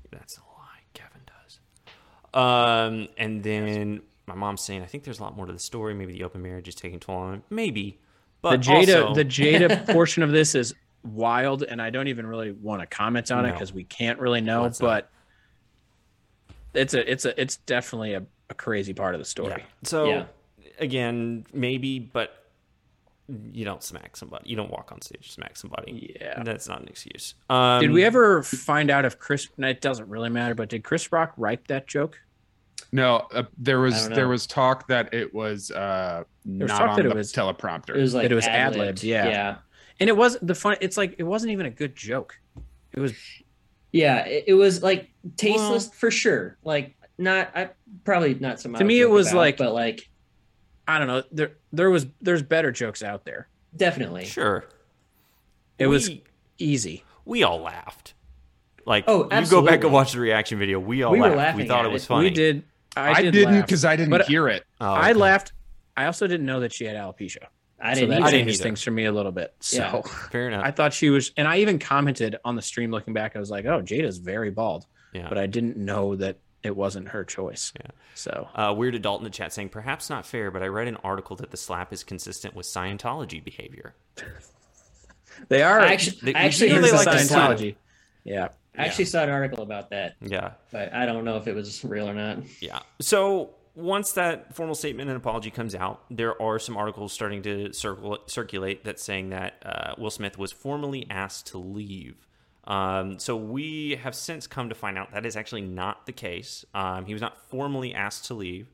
That's a lie. Kevin does. Um, and then my mom's saying, I think there's a lot more to the story. Maybe the open marriage is taking too long. Maybe. <laughs> the But Jada also- <laughs> the Jada portion of this is wild, and I don't even really want to comment on it No. because we can't really know. Let's not. but it's a it's a it's definitely a, a crazy part of the story. Yeah. So Yeah. again, maybe, but you don't smack somebody. You don't walk on stage and smack somebody. Yeah. that's not an excuse. Um, Did we ever find out if Chris? and It doesn't really matter, but did Chris Rock write that joke? no. Uh, there I was don't know. there was talk that it was uh, was not talk on that it the was- teleprompter. It was like It was ad-libbed, ad-libbed. yeah. Yeah. And it was the fun. It's like it wasn't even a good joke. It was Yeah, It, it was like tasteless for sure. Like not. I probably not so much. To me, it was like- But like I don't know. There there was there's better jokes out there. definitely. Sure. It was We, easy. we all laughed. Like you Oh, go back absolutely. and watch the reaction video. We all We were laughed. We laughing thought at it was it. funny. We did. I, I, did didn't laugh. because I didn't But- hear it. Oh, I okay. laughed. I also didn't know that she had alopecia. I so didn't. that even- I didn't changes either. things for me a little bit. So Yeah. Fair enough. I thought she was, and I even commented on the stream looking back. I was like, "Oh, Jada's very bald," yeah. but I didn't know that it wasn't her choice. Yeah. So uh, weird adult in the chat saying perhaps not fair, but I read an article that the slap is consistent with Scientology behavior. they are I actually, They- I actually you know heard they into like to something- slap. Scientology. Yeah. I actually saw an article about that, Yeah. <laughs> but I don't know if it was real or not. Yeah. So once that formal statement and apology comes out, there are some articles starting to circle, circulate that saying that uh, Will Smith was formally asked to leave. Um, so we have since come to find out that is actually not the case. Um, he was not formally asked to leave.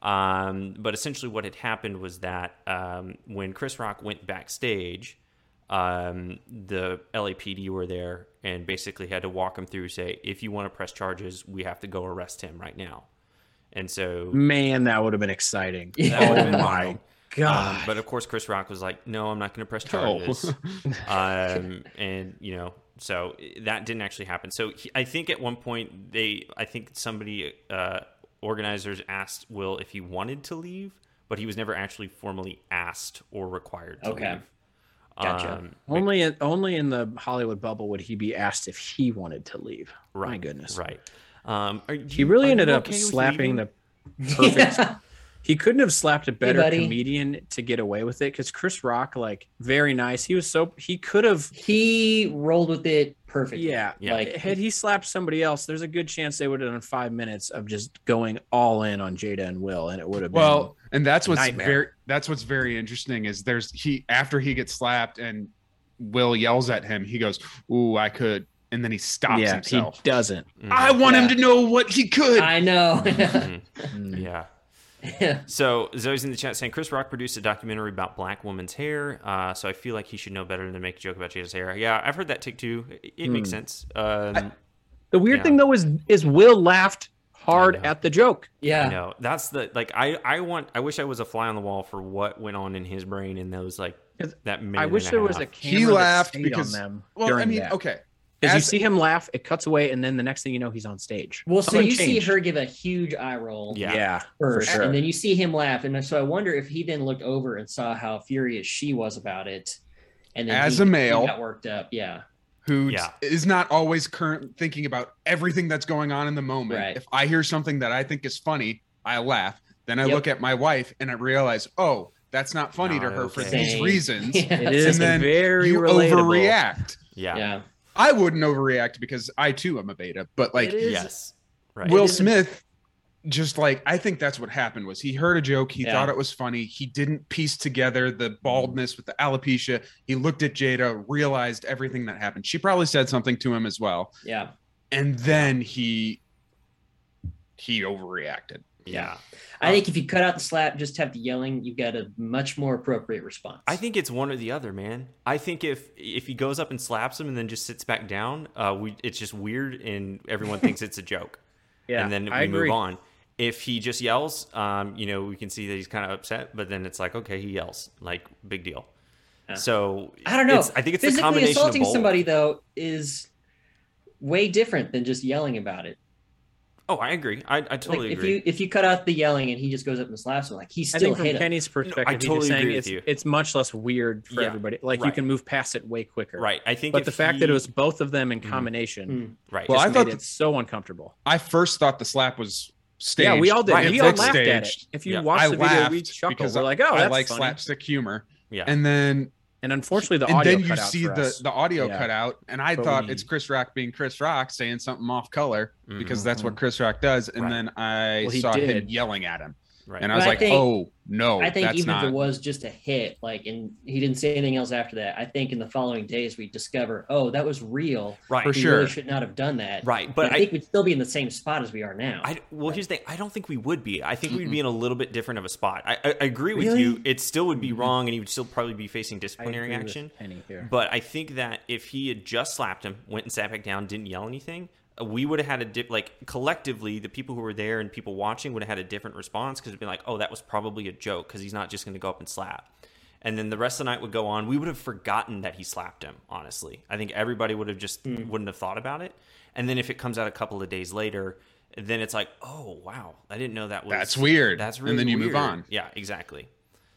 Um, but essentially, what had happened was that um, when Chris Rock went backstage, um, the LAPD were there and basically had to walk him through, say, if you want to press charges, we have to go arrest him right now. And so Hmm. Man, that would have been exciting. <laughs> that would have been Oh wild. my Um, god. but of course, Chris Rock was like, "No, I'm not going to Oh. press No. charges," <laughs> um, and you know, so eh, that didn't actually happen. So he, I think at one point they, I think somebody uh, organizers asked Will if he wanted to leave, but he was never actually formally asked or required to Okay. leave. Um, Gotcha. Only in, only in the Hollywood bubble would he be asked if he wanted to leave. right, My goodness. right? Um, are you- He really are ended you up okay with leaving? slapping the perfect. He couldn't have slapped a better buddy. comedian to get away with it because Chris Rock, like, very nice. He was so he could have. he rolled with it perfectly. Yeah, Yeah. Like had he slapped somebody else, there's a good chance they would have done five minutes of just going all in on Jada and Will, and it would have been Well, and that's a what's nightmare. very that's what's very interesting is there's he after he gets slapped and Will yells at him, he goes, "Ooh, I could," and then he stops yeah, himself. he Mm, doesn't. Mhm. I want him Yeah. to know what he could. <laughs> <laughs> I know. <laughs> Mhm. Mm. yeah. So Zoe's in the chat saying Chris Rock produced a documentary about black woman's hair, uh, so I feel like he should know better than to make a joke about Jada's hair. Yeah, I've heard that take too. It, it makes Hmm. sense. Um, The weird Yeah. thing though is is Will laughed hard I know. at the joke. I yeah. know that's the like I I want I wish I was a fly on the wall for what went on in his brain in those like 'Cause that minute. I wish and there a was a half. camera He that laughed stayed because- on them. well, I during mean, that. okay, Because you as- see him laugh, it cuts away, and then the next thing you know, he's on stage. Well, so Something you changed. see her give a huge eye roll Yeah. yeah, <laughs> first, sure. and then you see him laugh, and so I wonder if he then looked over and saw how furious she was about it, and then As he- a male- he got worked up. Yeah, who Yeah. is not always current thinking about everything that's going on in the moment. Right. If I hear something that I think is funny, I laugh. Then I Yep. look at my wife and I realize, oh, that's not funny to Not her for okay. these Same. <laughs> reasons. yeah. it is <laughs> then very you relatable. overreact. yeah, yeah. I wouldn't overreact because I too am a beta, but like It is- yes right Will It is- Smith just like I think that's what happened was he heard a joke, he Yeah. thought it was funny, he didn't piece together the baldness with the alopecia. He looked at Jada, realized everything that happened. She probably said something to him as well, yeah. and then he he overreacted. yeah. I Um, think if you cut out the slap, just have the yelling, you've got a much more appropriate response. I think it's one or the other, man. I think if if he goes up and slaps him and then just sits back down, uh, we it's just weird and everyone thinks it's a joke. Yeah, and then we I agree. move on. If he just yells, um, you know, we can see that he's kind of upset, but then it's like, okay, he yells, like big deal. Yeah. So I don't know. it's- I think it's the physically combination of assaulting both. somebody though is way different than just yelling about it. Oh, I agree. I, I totally like if agree. you if you cut out the yelling and he just goes up and slaps him, like he I still think from hit him. Kenny's perspective, he's totally just saying agree with it's, you. it's much less weird for Yeah, everybody. Like you right. can move past it way quicker. right. I think. But if the fact that he- it was both of them in Mhm. combination Mm. right. Well, just I thought made that- it so uncomfortable. I first thought the slap was staged. Yeah, we all did. Right, we it all looked laughed at it. If you Yeah. watch I the video, we laughed chuckled. because We're like, "Oh, I that's like funny." slapstick humor. yeah. And then And unfortunately, the and audio then cut you out see for the us. the audio Yeah. cut out and i But thought we- it's chris rock being chris rock saying something off color Mm-hmm. because that's what Mhm. chris rock does and Right. then i Well, he saw him did. yelling at him right. and i was But I like think- oh no I think that's even not if it was just a hit, like, and he didn't say anything else after that, I think in the following days we discover, oh, that was real. right. for we sure really should not have done that. Right. But But I, I, think we'd still be in the same spot as we are now. I well, here's the thing. I don't think we would be. I think we'd Mm-mm. be in a little bit different of a spot. I, I, I agree with Really? you. It still would be Mhm. wrong, and he would still probably be facing I disciplinary agree with action. Penny here. But I think that if he had just slapped him, went and sat back down, didn't yell anything, uh, we would have had a dip. Like collectively, the people who were there and people watching would have had a different response because it'd be like, "Oh, that was probably a joke," because he's not just going to go up and slap. And then the rest of the night would go on. We would have forgotten that he slapped him. Honestly, I think everybody would have just Hmm. wouldn't have thought about it. And then if it comes out a couple of days later, then it's like, "Oh, wow, I didn't know that was That's weird." That's And really then you move weird." on. Yeah, exactly.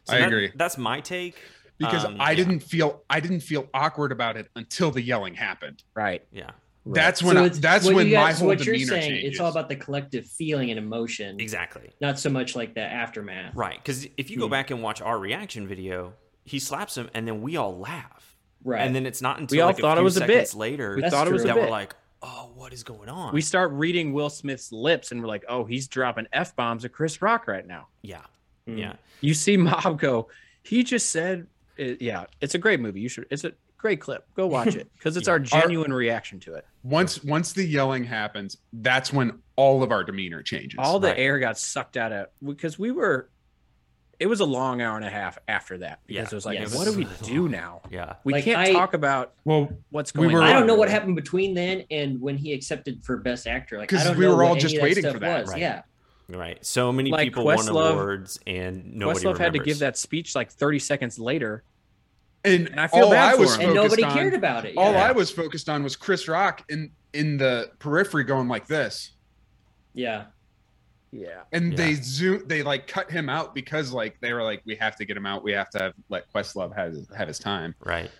I that- agree. That's my take because Um, i yeah. didn't feel i didn't feel awkward about it until the yelling happened Right. Yeah, right. that's when I, it's- that's what when you my guys- whole what demeanor you're saying, changes it's all about the collective feeling and emotion, exactly. not so much like the aftermath. Right, because if Hmm. you go back and watch our reaction video, he slaps him, and then we all laugh. Right. And then it's not until all like, a thought it few was a seconds bit. later we That's thought it was true. that a we're bit. like, oh, what is going on? We start reading Will Smith's lips and we're like, oh, he's dropping F bombs at Chris Rock right now. yeah, Hmm. Mm. yeah. You see Mob go, he just said, it, yeah, it's a great movie. You should, it's a great clip. Go <laughs> watch it because it's Yeah. our genuine reaction to it. Once once the yelling happens, that's when all of our demeanor changes. All the Right. air got sucked out of because we were, it was a long hour and a half after that Yeah. because it was like, Yeah, it what was do we really do long. now? Yeah. We Like, can't I- talk about well, what's We going were- on. I don't know what really. happened between then and when he accepted for best actor. Like, I 'Cause don't we know were all what any just of waiting stuff for that. was. Right. Yeah, Right. So many Like, people Questlove- won awards and nobody Westlove remembers. had to give that speech like 30 seconds later. and, And I feel all bad I for was him. and nobody focused on- cared about it. All yeah. I was focused on was Chris Rock in in the periphery going like this, yeah. Yeah. and Yeah. they zoom. They like cut him out because like they were like, we have to get him out. We have to have, let Questlove have his, have his time. Right.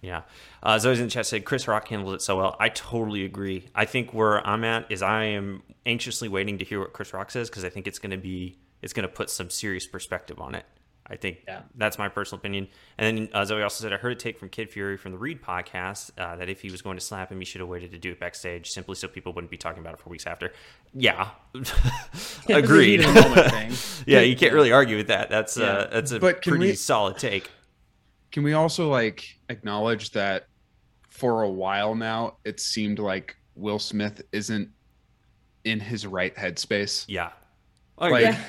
Yeah. Uh, Zoe's in the chat said Chris Rock handled it so well. I totally agree. I think where I'm at is I am anxiously waiting to hear what Chris Rock says because I think it's going to be it's going to put some serious perspective on it. I think Yeah. that's my personal opinion. And then uh, Zoe also said I heard a take from Kid Fury from the Reed podcast uh, that if he was going to slap him, he should have waited to do it backstage simply so people wouldn't be talking about it for weeks after. Yeah, agreed. <laughs> It was a heat of the moment thing. <laughs> yeah, you can't really argue with that. That's uh, Yeah. that's a But can pretty we- solid take. Can we also like acknowledge that for a while now, it seemed like Will Smith isn't in his right headspace. Yeah. Like, Oh, yeah.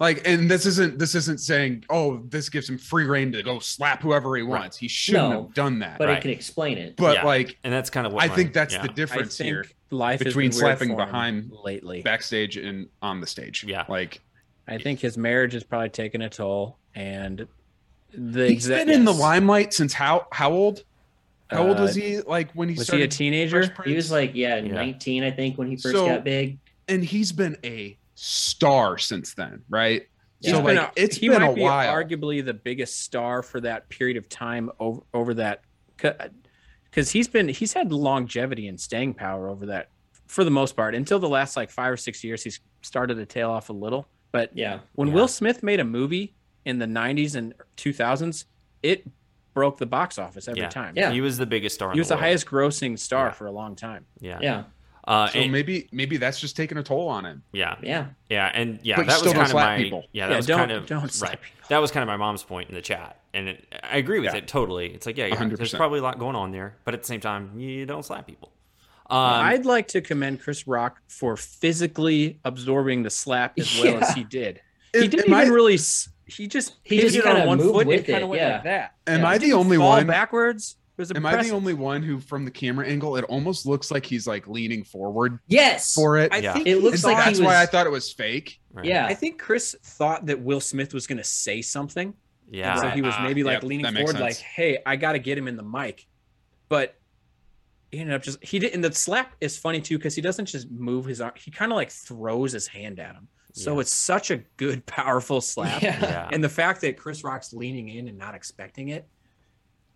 Like, and this isn't this isn't saying, oh, this gives him free reign to go slap whoever he wants. He shouldn't No, have done that. But But, Right. it could explain it. Yeah. like, and that's kind of what I my- think that's yeah. the I difference think here. life has between been weird slapping for him behind lately. backstage and on the stage. Yeah. Like I think his marriage has probably taken a toll, and the he's exact- been in the yes. limelight since how how old? How old Uh, was he? Like when he Was he a started teenager? Fresh he was Prince? like, yeah, Yeah. 19, I think, when he first So- got big. and he's been a star since then, right? He's so been like a- it's he been might a be while. Arguably the biggest star for that period of time over over that, because he's been he's had longevity and staying power over that for the most part until the last like five or six years. He's started to tail off a little, but Yeah. when Yeah. Will Smith made a movie in the '90s and 2000s, it broke the box office every Yeah. time. Yeah. He was the biggest star. in he was the, world. highest grossing star Yeah. for a long time. Yeah, yeah, Yeah. uh, so and, maybe maybe that's just taking a toll on him. yeah, Yeah. yeah, and yeah. But you that still was don't kind of slap my people. yeah. That Yeah, was don't- kind of don't right. slap people. That was kind of my mom's point in the chat, and it, I agree with Yeah. it totally. It's like yeah, yeah 100%. there's probably a lot going on there, but at the same time, you don't slap people. Um, I'd like to commend Chris Rock for physically absorbing the slap as well as Yeah. he did. Am- he didn't am even I, really. s- He just He he just just on kinda one moved foot with and kind it, of went yeah. like that. am Yeah. I He the didn't only fall one? backwards? It was Am I the impressive. only one who, from the camera angle, it almost looks like he's like leaning forward Yes. for it? I Yeah. think he It looks and like thought- that's he why was- I thought it was fake. right. yeah. I think Chris thought that Will Smith was going to say something, yeah, Uh, so he was Ah, maybe like yep, leaning that makes forward, like, sense. "Hey, I got to get him in the mic," but. He ended up just he did, and the slap is funny too because he doesn't just move his arm; he kind of like throws his hand at him. So Yeah. it's such a good, <laughs> powerful slap. Yeah. yeah. And the fact that Chris Rock's leaning in and not expecting it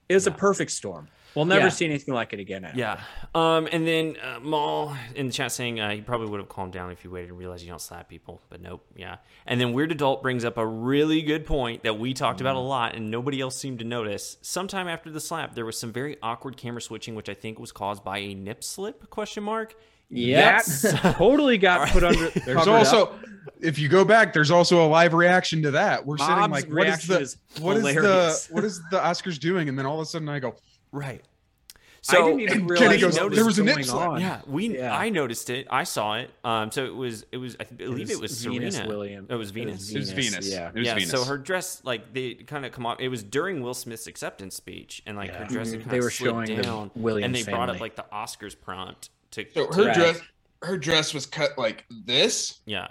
is Yeah. a perfect storm. We'll never Yeah. see anything like it again. I don't Yeah. Um, and then uh, Maul in the chat saying uh, he probably would have calmed down if you waited and realized you don't slap people, but nope. Yeah. And then Weird Adult brings up a really good point that we talked about a lot and nobody else seemed to notice. Sometime after the slap, there was some very awkward camera switching, which I think was caused by a nip slip? Question mark. Yes. That totally got put under. There's also, if you go back, there's also a live reaction to that. We're sitting like, what is the what is the what is the Oscars doing? And then all of a sudden, I go, Right. So, I didn't and even Kenny realize goes, what "There was a nip going slip." on. Yeah, we. Yeah. I noticed it. I saw it. Um, so it was. It was. I believe it was, Venus Serena. Williams. It was Venus. it was Venus. Yeah. It was yeah, Venus. so her dress, like they kind of come off. It was during Will Smith's acceptance speech, and like her Yeah. dress, had kinda Mhm. Mm-hmm. They were slid showing the down, Williams and they brought up family. like the Oscars prompt to. So to- her Right. dress, her dress was cut like this, yeah,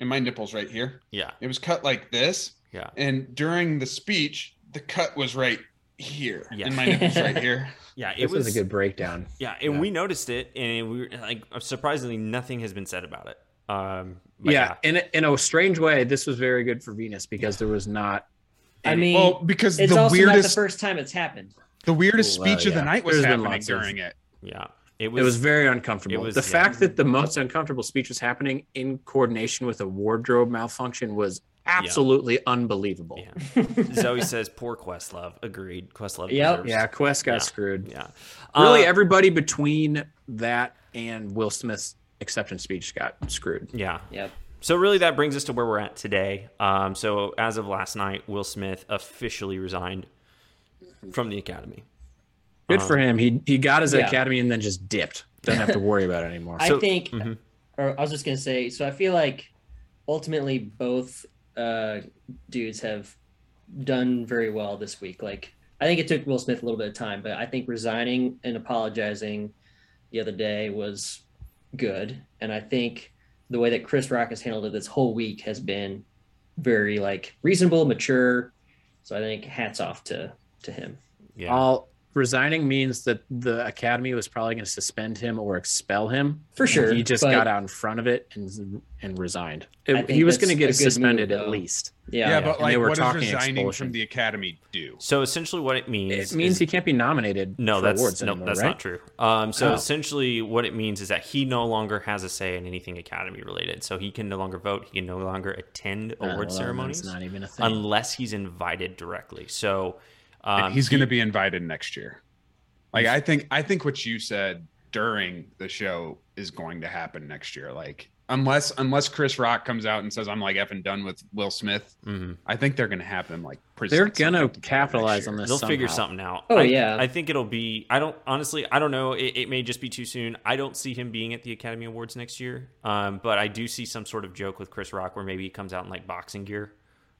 and my nipples right here. yeah, It was cut like this, yeah, and during the speech, the cut was right here, Yeah. and my nipples right here. yeah. It This was, was a good breakdown. Yeah, and Yeah. we noticed it, and we were like surprisingly, nothing has been said about it. Um, but yeah, in a, in a strange way, this was very good for Venus because there was not. I mean, Well, because it's the also not the weirdest, first time it's happened. the weirdest Ooh, uh, speech of the yeah. night was There's been happening lots of- during it. yeah, yeah, it It was. was very uncomfortable. was- the yeah. fact that the most uncomfortable speech was happening in coordination with a wardrobe malfunction was absolutely unbelievable. yeah. <laughs> Zoe says, "Poor Questlove." Agreed. Questlove. Yep. deserves- Yeah, Quest got Yeah. screwed. yeah. Really, Uh, everybody between that and Will Smith's acceptance speech got screwed. Yeah. Yep. So really, that brings us to where we're at today. Um, so as of last night, Will Smith officially resigned from the Academy. Good uh, for him. He he got his Yeah. academy and then just dipped. Doesn't have to worry about it <laughs> anymore. So- I think, Mhm. or I was just gonna say. So I feel like ultimately both uh, dudes have done very well this week. Like I think it took Will Smith a little bit of time, but I think resigning and apologizing the other day was good, and I think the way that Chris Rock has handled it this whole week has been very like reasonable, mature. So I think hats off to to him. Yeah. All resigning means that the academy was probably going to suspend him or expel him. For sure, He just but- got out in front of it and and resigned. I It- think he was that's going to a get good move, suspended at though. least. Yeah, Yeah, but And like, they were what does talking resigning expulsion. from the academy do? so essentially, what it means It means is- he can't be nominated. no, for that's awards no, anymore, that's right? not true. Um, so Oh. essentially, what it means is that he no longer has a say in anything Academy related. So he can no longer vote. He can no longer attend Uh, well, award that's ceremonies Not even a thing. unless he's invited directly. So And um, he's going to be invited next year. Like I think I think what you said during the show is going to happen next year. Like unless unless Chris Rock comes out and says I'm like effing done with Will Smith, Mhm. I think they're going to have them like present They're going to something together next capitalize year. on this. They'll figure somehow. something out. Oh, I- yeah. I think it'll be. I don't honestly. I don't know. It, it may just be too soon. I don't see him being at the Academy Awards next year. Um, but I do see some sort of joke with Chris Rock where maybe he comes out in like boxing gear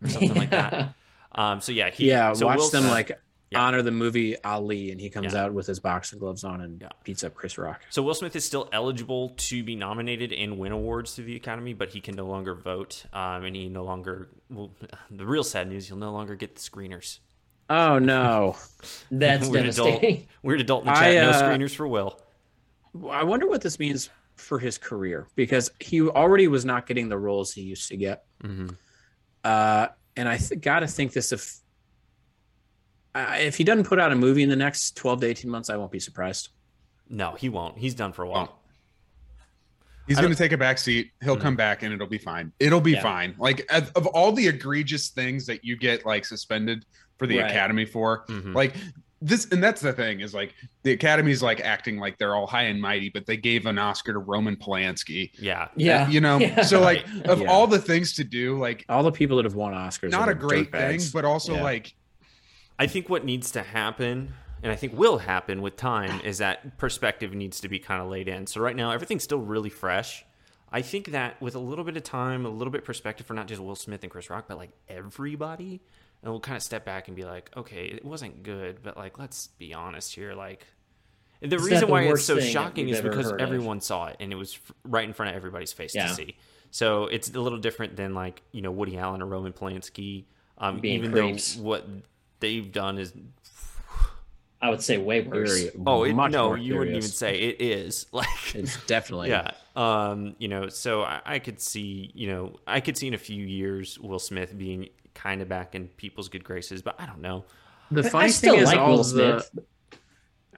or something like <laughs> that. Um, so yeah, he, yeah, so watch Will them Smith- like yeah. honor the movie Ali, and he comes Yeah. out with his boxing gloves on and Yeah. beats up Chris Rock. So Will Smith is still eligible to be nominated and win awards through the Academy, but he can no longer vote, um, and he no longer. Well, <laughs> the real sad news: he'll no longer get the screeners. Oh no! <laughs> <laughs> That's Weird devastating. <laughs> Adult, weird adult in the chat. I, no uh, screeners for Will. I wonder what this means for his career because he already was not getting the roles he used to get, hmm uh, and I th- got to think this if I if he doesn't put out a movie in the next twelve to eighteen months, I won't be surprised. No, he won't. He's done for a while. Well, He's I going to take a back seat. He'll Mhm. come back and it'll be fine. It'll be Yeah. fine. Like of, of all the egregious things that you get like suspended for the Right. academy for, Mhm. like this and that's the thing is like the academy's like acting like they're all high and mighty, but they gave an Oscar to Roman Polanski. Yeah. Yeah, <laughs> You know, <laughs> Yeah. so like of Yeah. all the things to do, like All the people that have won Oscars, not are a great thing, dirtbags. but also Yeah. like I think what needs to happen, and I think will happen with time, is that perspective needs to be kind of laid in. So right now, everything's still really fresh. I think that with a little bit of time, a little bit of perspective for not just Will Smith and Chris Rock, but like everybody, and we'll kind of step back and be like, okay, it wasn't good, but like let's be honest here, like. and The It's not reason the why it's worst so thing that shocking we've is ever because heard of. everyone saw it and it was f- right in front of everybody's face Yeah. to see. So it's a little different than like you know Woody Allen or Roman Polanski, um, Being even creeps. though what they've done is I would say way worse. Very- oh it, much no more you wouldn't even curious. say it is <laughs> like It's definitely yeah um you know so I, I could see you know i could see in a few years will smith being kind of back in people's good graces but i don't know The But funny I still thing is like all Will the Smith.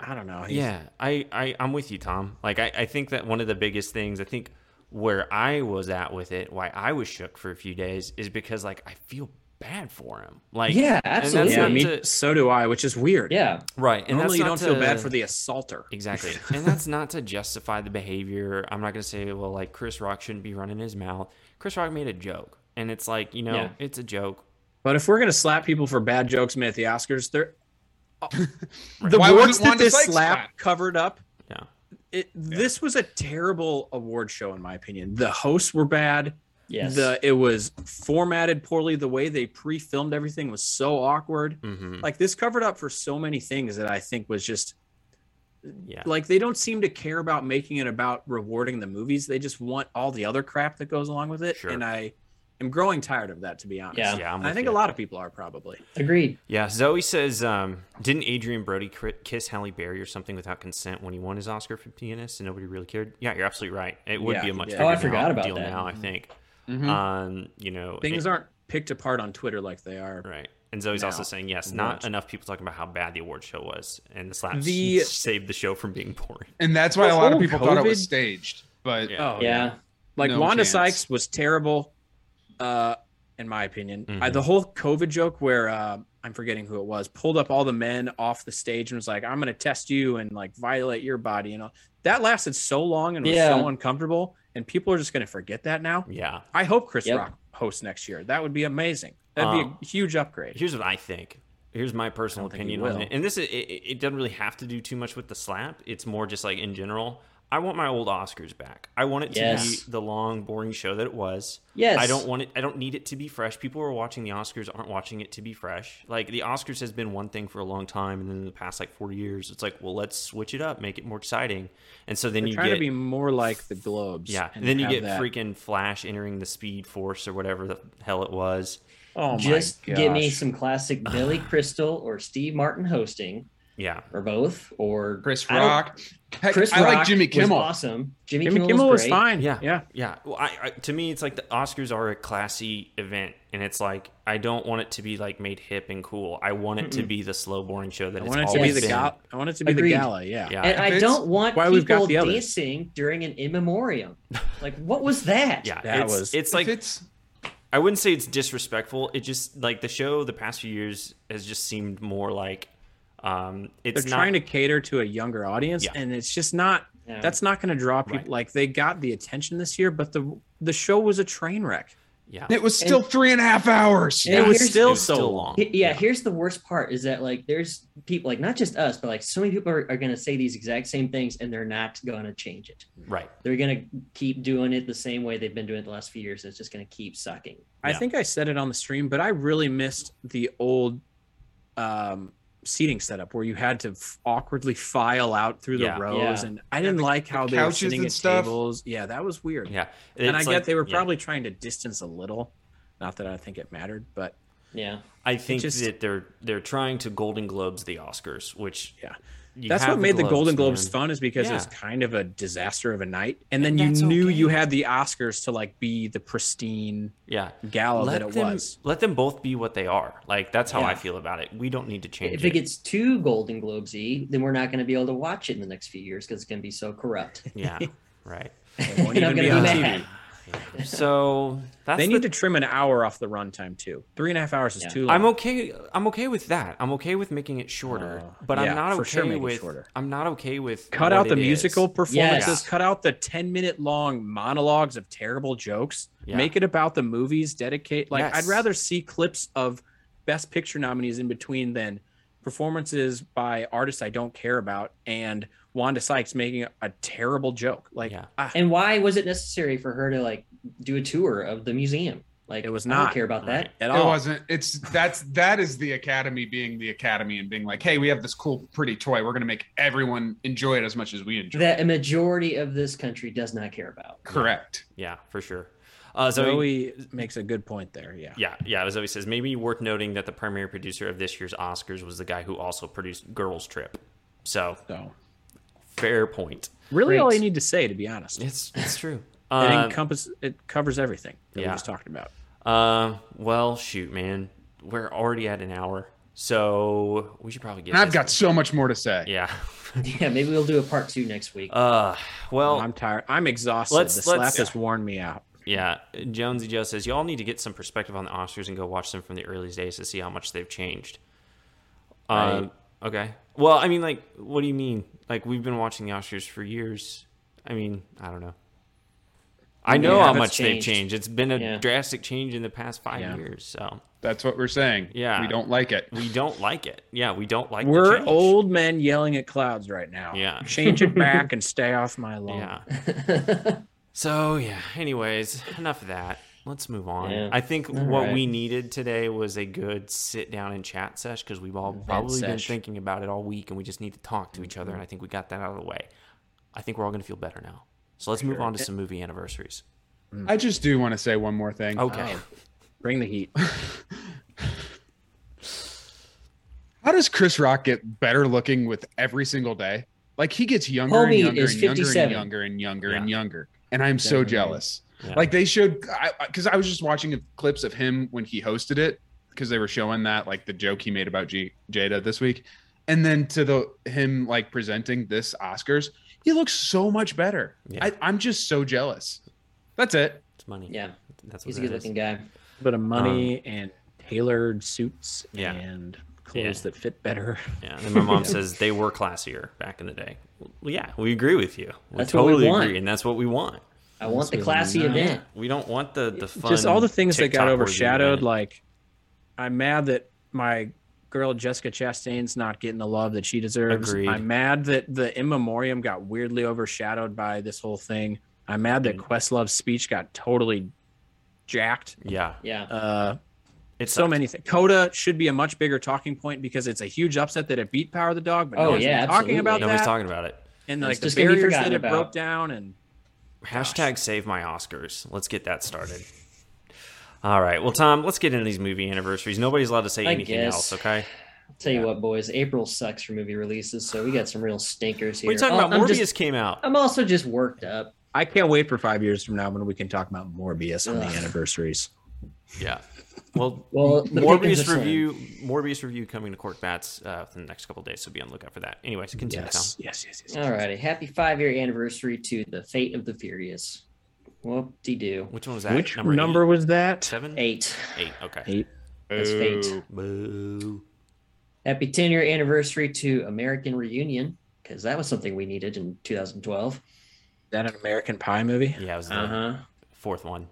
I don't know. he's- yeah I, I i'm with you tom like I, I think that one of the biggest things i think where i was at with it why i was shook for a few days is because like i feel bad for him like Yeah, and that's absolutely. yeah. not me, to- so do I, which is weird. Yeah, right and that's Normally, you not don't feel to- bad for the assaulter. <laughs> Exactly. and that's not to justify the behavior. I'm not going to say, well, like Chris Rock shouldn't be running his mouth. Chris Rock made a joke. And it's like, you know, Yeah. it's a joke. <laughs> But if we're gonna slap people for bad jokes made at the Oscars, they're the Why awards wasn't that Wanda this Sykes slap slapped? covered up. Yeah. It, This was a terrible award show, in my opinion. The hosts were bad. yes. The it was formatted poorly. The way they pre-filmed everything was so awkward. Mm-hmm. Like this covered up for so many things that I think was just Yeah. like they don't seem to care about making it about rewarding the movies. They just want all the other crap that goes along with it. Sure. And I am growing tired of that, to be honest. Yeah. Yeah, I'm I with think you. a lot of people are probably. Agreed. yeah. Zoe says, um, didn't Adrian Brody cri- kiss Halle Berry or something without consent when he won his Oscar for Pianist and nobody really cared? Yeah, you're absolutely right. It would Yeah, be a he much did. bigger Oh, I now- forgot about deal that. now, I think. Mhm. Um, you know, Mm-hmm. Things it- aren't picked apart on Twitter like they are. right. And Zoe's also now. saying, yes, Awards. not enough people talking about how bad the award show was. And the slaps <laughs> The- saved the show from being boring. and that's why The a lot of whole people thought it was Oh, COVID staged, but Yeah. Oh yeah. Like No Wanda chance. Sykes was terrible, uh, in my opinion. I, Mhm. the whole COVID joke where uh, I'm forgetting who it was, pulled up all the men off the stage and was like, I'm going to test you and like violate your body. And all. that lasted so long and was so Yeah. uncomfortable. And people are just going to forget that now. Yeah. I hope Chris Yep. Rock hosts next year. That would be amazing. That'd Um, be a huge upgrade. Here's what I think. Here's my personal I don't think he opinion on will. it. And this is, it, it it doesn't really have to do too much with the slap. It's more just like in general. I want my old Oscars back. I want it to Yes. be the long, boring show that it was. Yes. I don't want it. I don't need it to be fresh. People who are watching the Oscars aren't watching it to be fresh. Like the Oscars has been one thing for a long time, and then in the past like four years, it's like, well, let's switch it up, make it more exciting. And so then They're you trying get to be more like the Globes. yeah, and then you have get that- freaking Flash entering the Speed Force or whatever the hell it was. Oh my Just give me gosh. some classic Billy Crystal or Steve Martin hosting Yeah, or both or Chris I don't- Rock. Heck, Chris I Rock like Jimmy was Kimmel. awesome. Jimmy, Jimmy Kimmel, Kimmel was, was great. fine. Yeah. yeah. yeah. Well, I, I to me, it's like the Oscars are a classy event, and it's like I don't want it to be like made hip and cool. I want it to Mm-mm. be the slow, boring show that I it's want it to always be the been. gal- I want it to be Agreed. the gala. Yeah. Yeah. And I it's don't want why people we've got the others. dancing during an in memoriam. Like, what was that? Yeah, That it's, was- it's Like like <laughs> it's I wouldn't say it's disrespectful. It just like the show the past few years has just seemed more like um it's They're not trying to cater to a younger audience, Yeah. and it's just not. Yeah. That's not going to draw people. Right. Like they got the attention this year, but the the show was a train wreck. yeah. it was still three and a half hours. Yeah. It was Here's- still It was so still long. He- yeah, here's the worst part is that like there's people like not just us, but like so many people are, are gonna say these exact same things and they're not gonna change it. Right. They're gonna keep doing it the same way they've been doing it the last few years. It's just gonna keep sucking. I Yeah. think I said it on the stream, but I really missed the old um, seating setup where you had to f- awkwardly file out through Yeah. the rows, Yeah. and I didn't like how they were couches sitting and at stuff. tables. Yeah, that was weird. Yeah. and I It's get like- they were yeah. probably trying to distance a little. Not that I think it mattered, but Yeah. I think just- that they're they're trying to Golden Globes the Oscars, which Yeah. you that's have what made the Golden Globes man. fun is because it was Yeah. kind of a disaster of a night, and then that's you knew okay. you had the Oscars to like be the pristine Yeah. gala let that it them was. let them both be what they are. Like that's how I Yeah. feel about it. We don't need to change If it. it gets too Golden Globesy, then we're not gonna be able to watch it in the next few years because it's gonna be so <laughs> corrupt. <laughs> yeah. Right. It won't And I'm even be gonna on be TV. mad. So that's They the need to trim an hour off the runtime too. Three and a half hours is Yeah. too long. I'm okay. I'm okay with that. I'm okay with making it shorter, Oh, but yeah, I'm not okay for sure make it with. shorter. I'm not okay with. cut what out the it is. musical performances. Yes. Cut out the ten minute long monologues of terrible jokes. Yeah. Make it about the movies. Dedicate like I'd Yes. rather see clips of Best Picture nominees in between than performances by artists I don't care about and Wanda Sykes making a terrible joke. Like Yeah. ah, And why was it necessary for her to like do a tour of the museum? Like It was I not. don't care about that. at It all. wasn't. It's that's that is the academy being the academy and being like, hey, we have this cool, pretty toy. We're gonna make everyone enjoy it as much as we enjoy. it. That a majority of this country does not care about. <laughs> Correct. Yeah, for sure. Uh, Zoe. Zoe makes a good point there. Yeah. yeah, yeah. Zoe says maybe worth noting that the primary producer of this year's Oscars was the guy who also produced Girls Trip. So So fair point. really, all Great. you need to say, to be honest, it It's it's true. Um, encompasses it covers everything that we yeah. just talked about. uh, well, shoot, man, we're already at an hour, so we should probably get. And I've this- got so much more to say. Yeah. <laughs> Yeah, maybe we'll do a part two next week. Uh, well, I'm tired. I'm exhausted. Let's- the slap let's- has worn me out. Yeah, Jonesy Joe says y'all need to get some perspective on the Oscars and go watch them from the earliest days to see how much they've changed. Um, okay. Well, I mean, like, what do you mean? Like, we've been watching the Oscars for years. I mean, I don't know. I know how haven't much they've changed. changed. It's been a Yeah. drastic change in the past five Yeah. years. So That's what we're saying. Yeah. Mm-hmm. We don't like it. we don't like it. Yeah, we don't like. the We're change. old men yelling at clouds right now. Yeah. Change <laughs> it back and stay off my lawn. Yeah. Um, <laughs> so yeah. Anyways, enough of that. Let's move on. Yeah. I think All what right. we needed today was a good sit down and chat sesh because we've all probably been sesh. thinking about it all week and we just need to talk to each other. Mm-hmm. And I think we got that out of the way. I think we're all going to feel better now. So let's move on to some movie anniversaries. I just do want to say one more thing. Oh, Okay. Bring the heat. How does Chris Rock get better looking with every single day? Like he gets younger and Homie younger is and younger and 57. younger and younger Yeah. and younger. And I'm so Definitely. jealous. Yeah. Like they showed, because I, was just watching clips of him when he hosted it, because they were showing that like the joke he made about G- Jada this week, and then to the him like presenting this Oscars, he looks so much better. Yeah. I, I'm just so jealous. That's it. It's money. yeah, That's what he's a it good is. looking guy. But of money and tailored suits Um, Yeah. and clothes Yeah. that fit better. Yeah, and my <laughs> mom says they were classier back in the day. Well, yeah, we agree with you. We That's what we totally want. agree, and that's what we want. I want the That's classy really event. We don't want the the fun. Just all the things that got TikTok-worthy overshadowed. event. Like, I'm mad that my girl Jessica Chastain's not getting the love that she deserves. Agreed. I'm mad that the in memoriam got weirdly overshadowed by this whole thing. I'm mad that Mm. Questlove's speech got totally jacked. yeah, Yeah. Uh, it's so many things. Coda should be a much bigger talking point because it's a huge upset that it beat Power the Dog, but Oh, no one's yeah, been talking absolutely. about Nobody's that. talking about it. and It's like the just gonna be barriers that forgotten it about. broke down and Hashtag save my Oscars. Let's get that started. All right. Well, Tom, let's get into these movie anniversaries. Nobody's allowed to say I anything guess. else, okay? Tell you what, boys, April sucks for movie releases, so we got some real stinkers here. What are you talking Oh, about? I'm Morbius just- came out. I'm also just worked up. I can't wait for five years from now when we can talk about Morbius on the Ugh. anniversaries. Yeah. Well, Well, the pickings are Morbius slim. review. Morbius review coming to Court Bats uh, within the next couple of days, so be on the lookout for that. Anyways, continue, Yes, yes, yes, yes. All righty. Happy five year anniversary to the Fate of the Furious. Whoop de doo. Tom. Which one was that? Which number, eight? was that? Seven? Eight. Eight. Okay. Eight. That's fate. Boo. Happy 10 year anniversary to American Reunion, because that was something we needed in 2012. Is that an American Pie movie? Yeah, it was the Uh Uh-huh. huh. fourth one.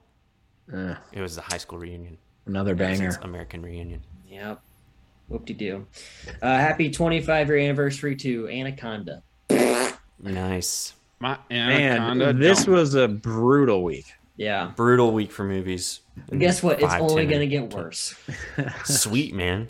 Uh, It was the high school reunion. another It's banger. American reunion. Yep. Whoop de doo. Uh, happy 25 year anniversary to Anaconda. Nice. My Man, anaconda. this don't. was a brutal week. Yeah. Brutal week for movies. Guess what? It's Five, only 10. going to get worse. Sweet, man.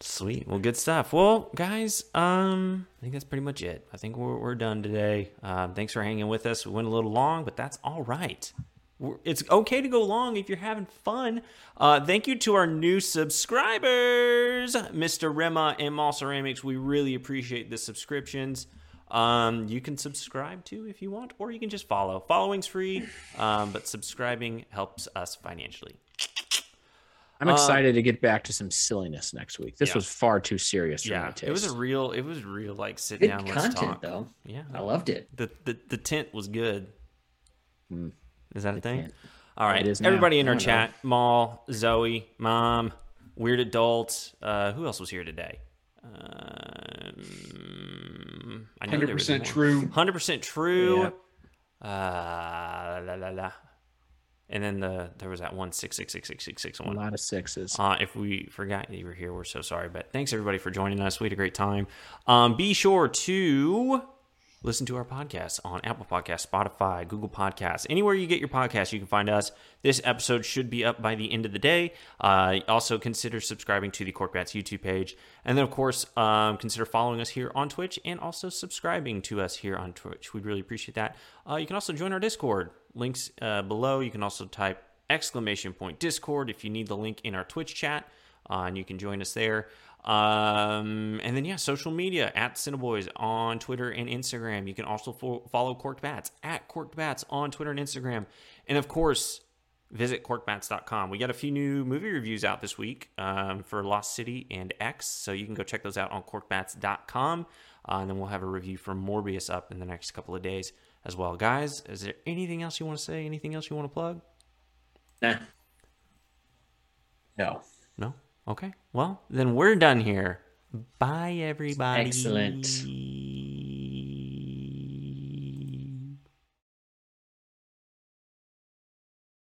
Sweet. Well, good stuff. Well, guys, um, I think that's pretty much it. I think we're, we're done today. Um, thanks for hanging with us. We went a little long, but that's all right. We're, it's okay to go long if you're having fun. Uh, thank you to our new subscribers, Mr. Rema and Mall Ceramics. We really appreciate the subscriptions. Um, you can subscribe to if you want, or you can just follow. Following's free, um, but subscribing helps us financially. Uh, I'm excited to get back to some silliness next week. This yeah. was far too serious for my Yeah, taste. it was a real, it was real like sit Good down, let's content, talk. though. Yeah, I loved it. the the, the tent was good. Mm. Is that a thing? All right, It is now. everybody in our I don't know. chat: Maul, Zoe, Mom, Weird Adult. Uh, who else was here today? Um, I know there was 100% more. true. 100% true. Yep. Uh, la, la, la. And then the there was that one six six six six six six a one. lot of sixes. Uh, if we forgot you were here, we're so sorry. But thanks everybody for joining us. We had a great time. Um, be sure to listen to our podcast on Apple Podcasts, Spotify, Google Podcasts, anywhere you get your podcast, you can find us. This episode should be up by the end of the day. Uh, also consider subscribing to the Corkbats YouTube page, and then of course um, consider following us here on Twitch and also subscribing to us here on Twitch. We'd really appreciate that. Uh, you can also join our Discord. Links uh, below. You can also type exclamation point Discord if you need the link in our Twitch chat, uh, and you can join us there. Um, and then, yeah, social media at Cineboys on Twitter and Instagram. You can also fo- follow Corked Bats at Corked Bats on Twitter and Instagram. And of course, visit corkbats.com. We got a few new movie reviews out this week um, for Lost City and X, so you can go check those out on corkbats.com. Uh, and then we'll have a review for Morbius up in the next couple of days as well. Guys, is there anything else you want to say? Anything else you want to plug? Nah. No. No? Okay. Well, then we're done here. Bye, everybody. Excellent.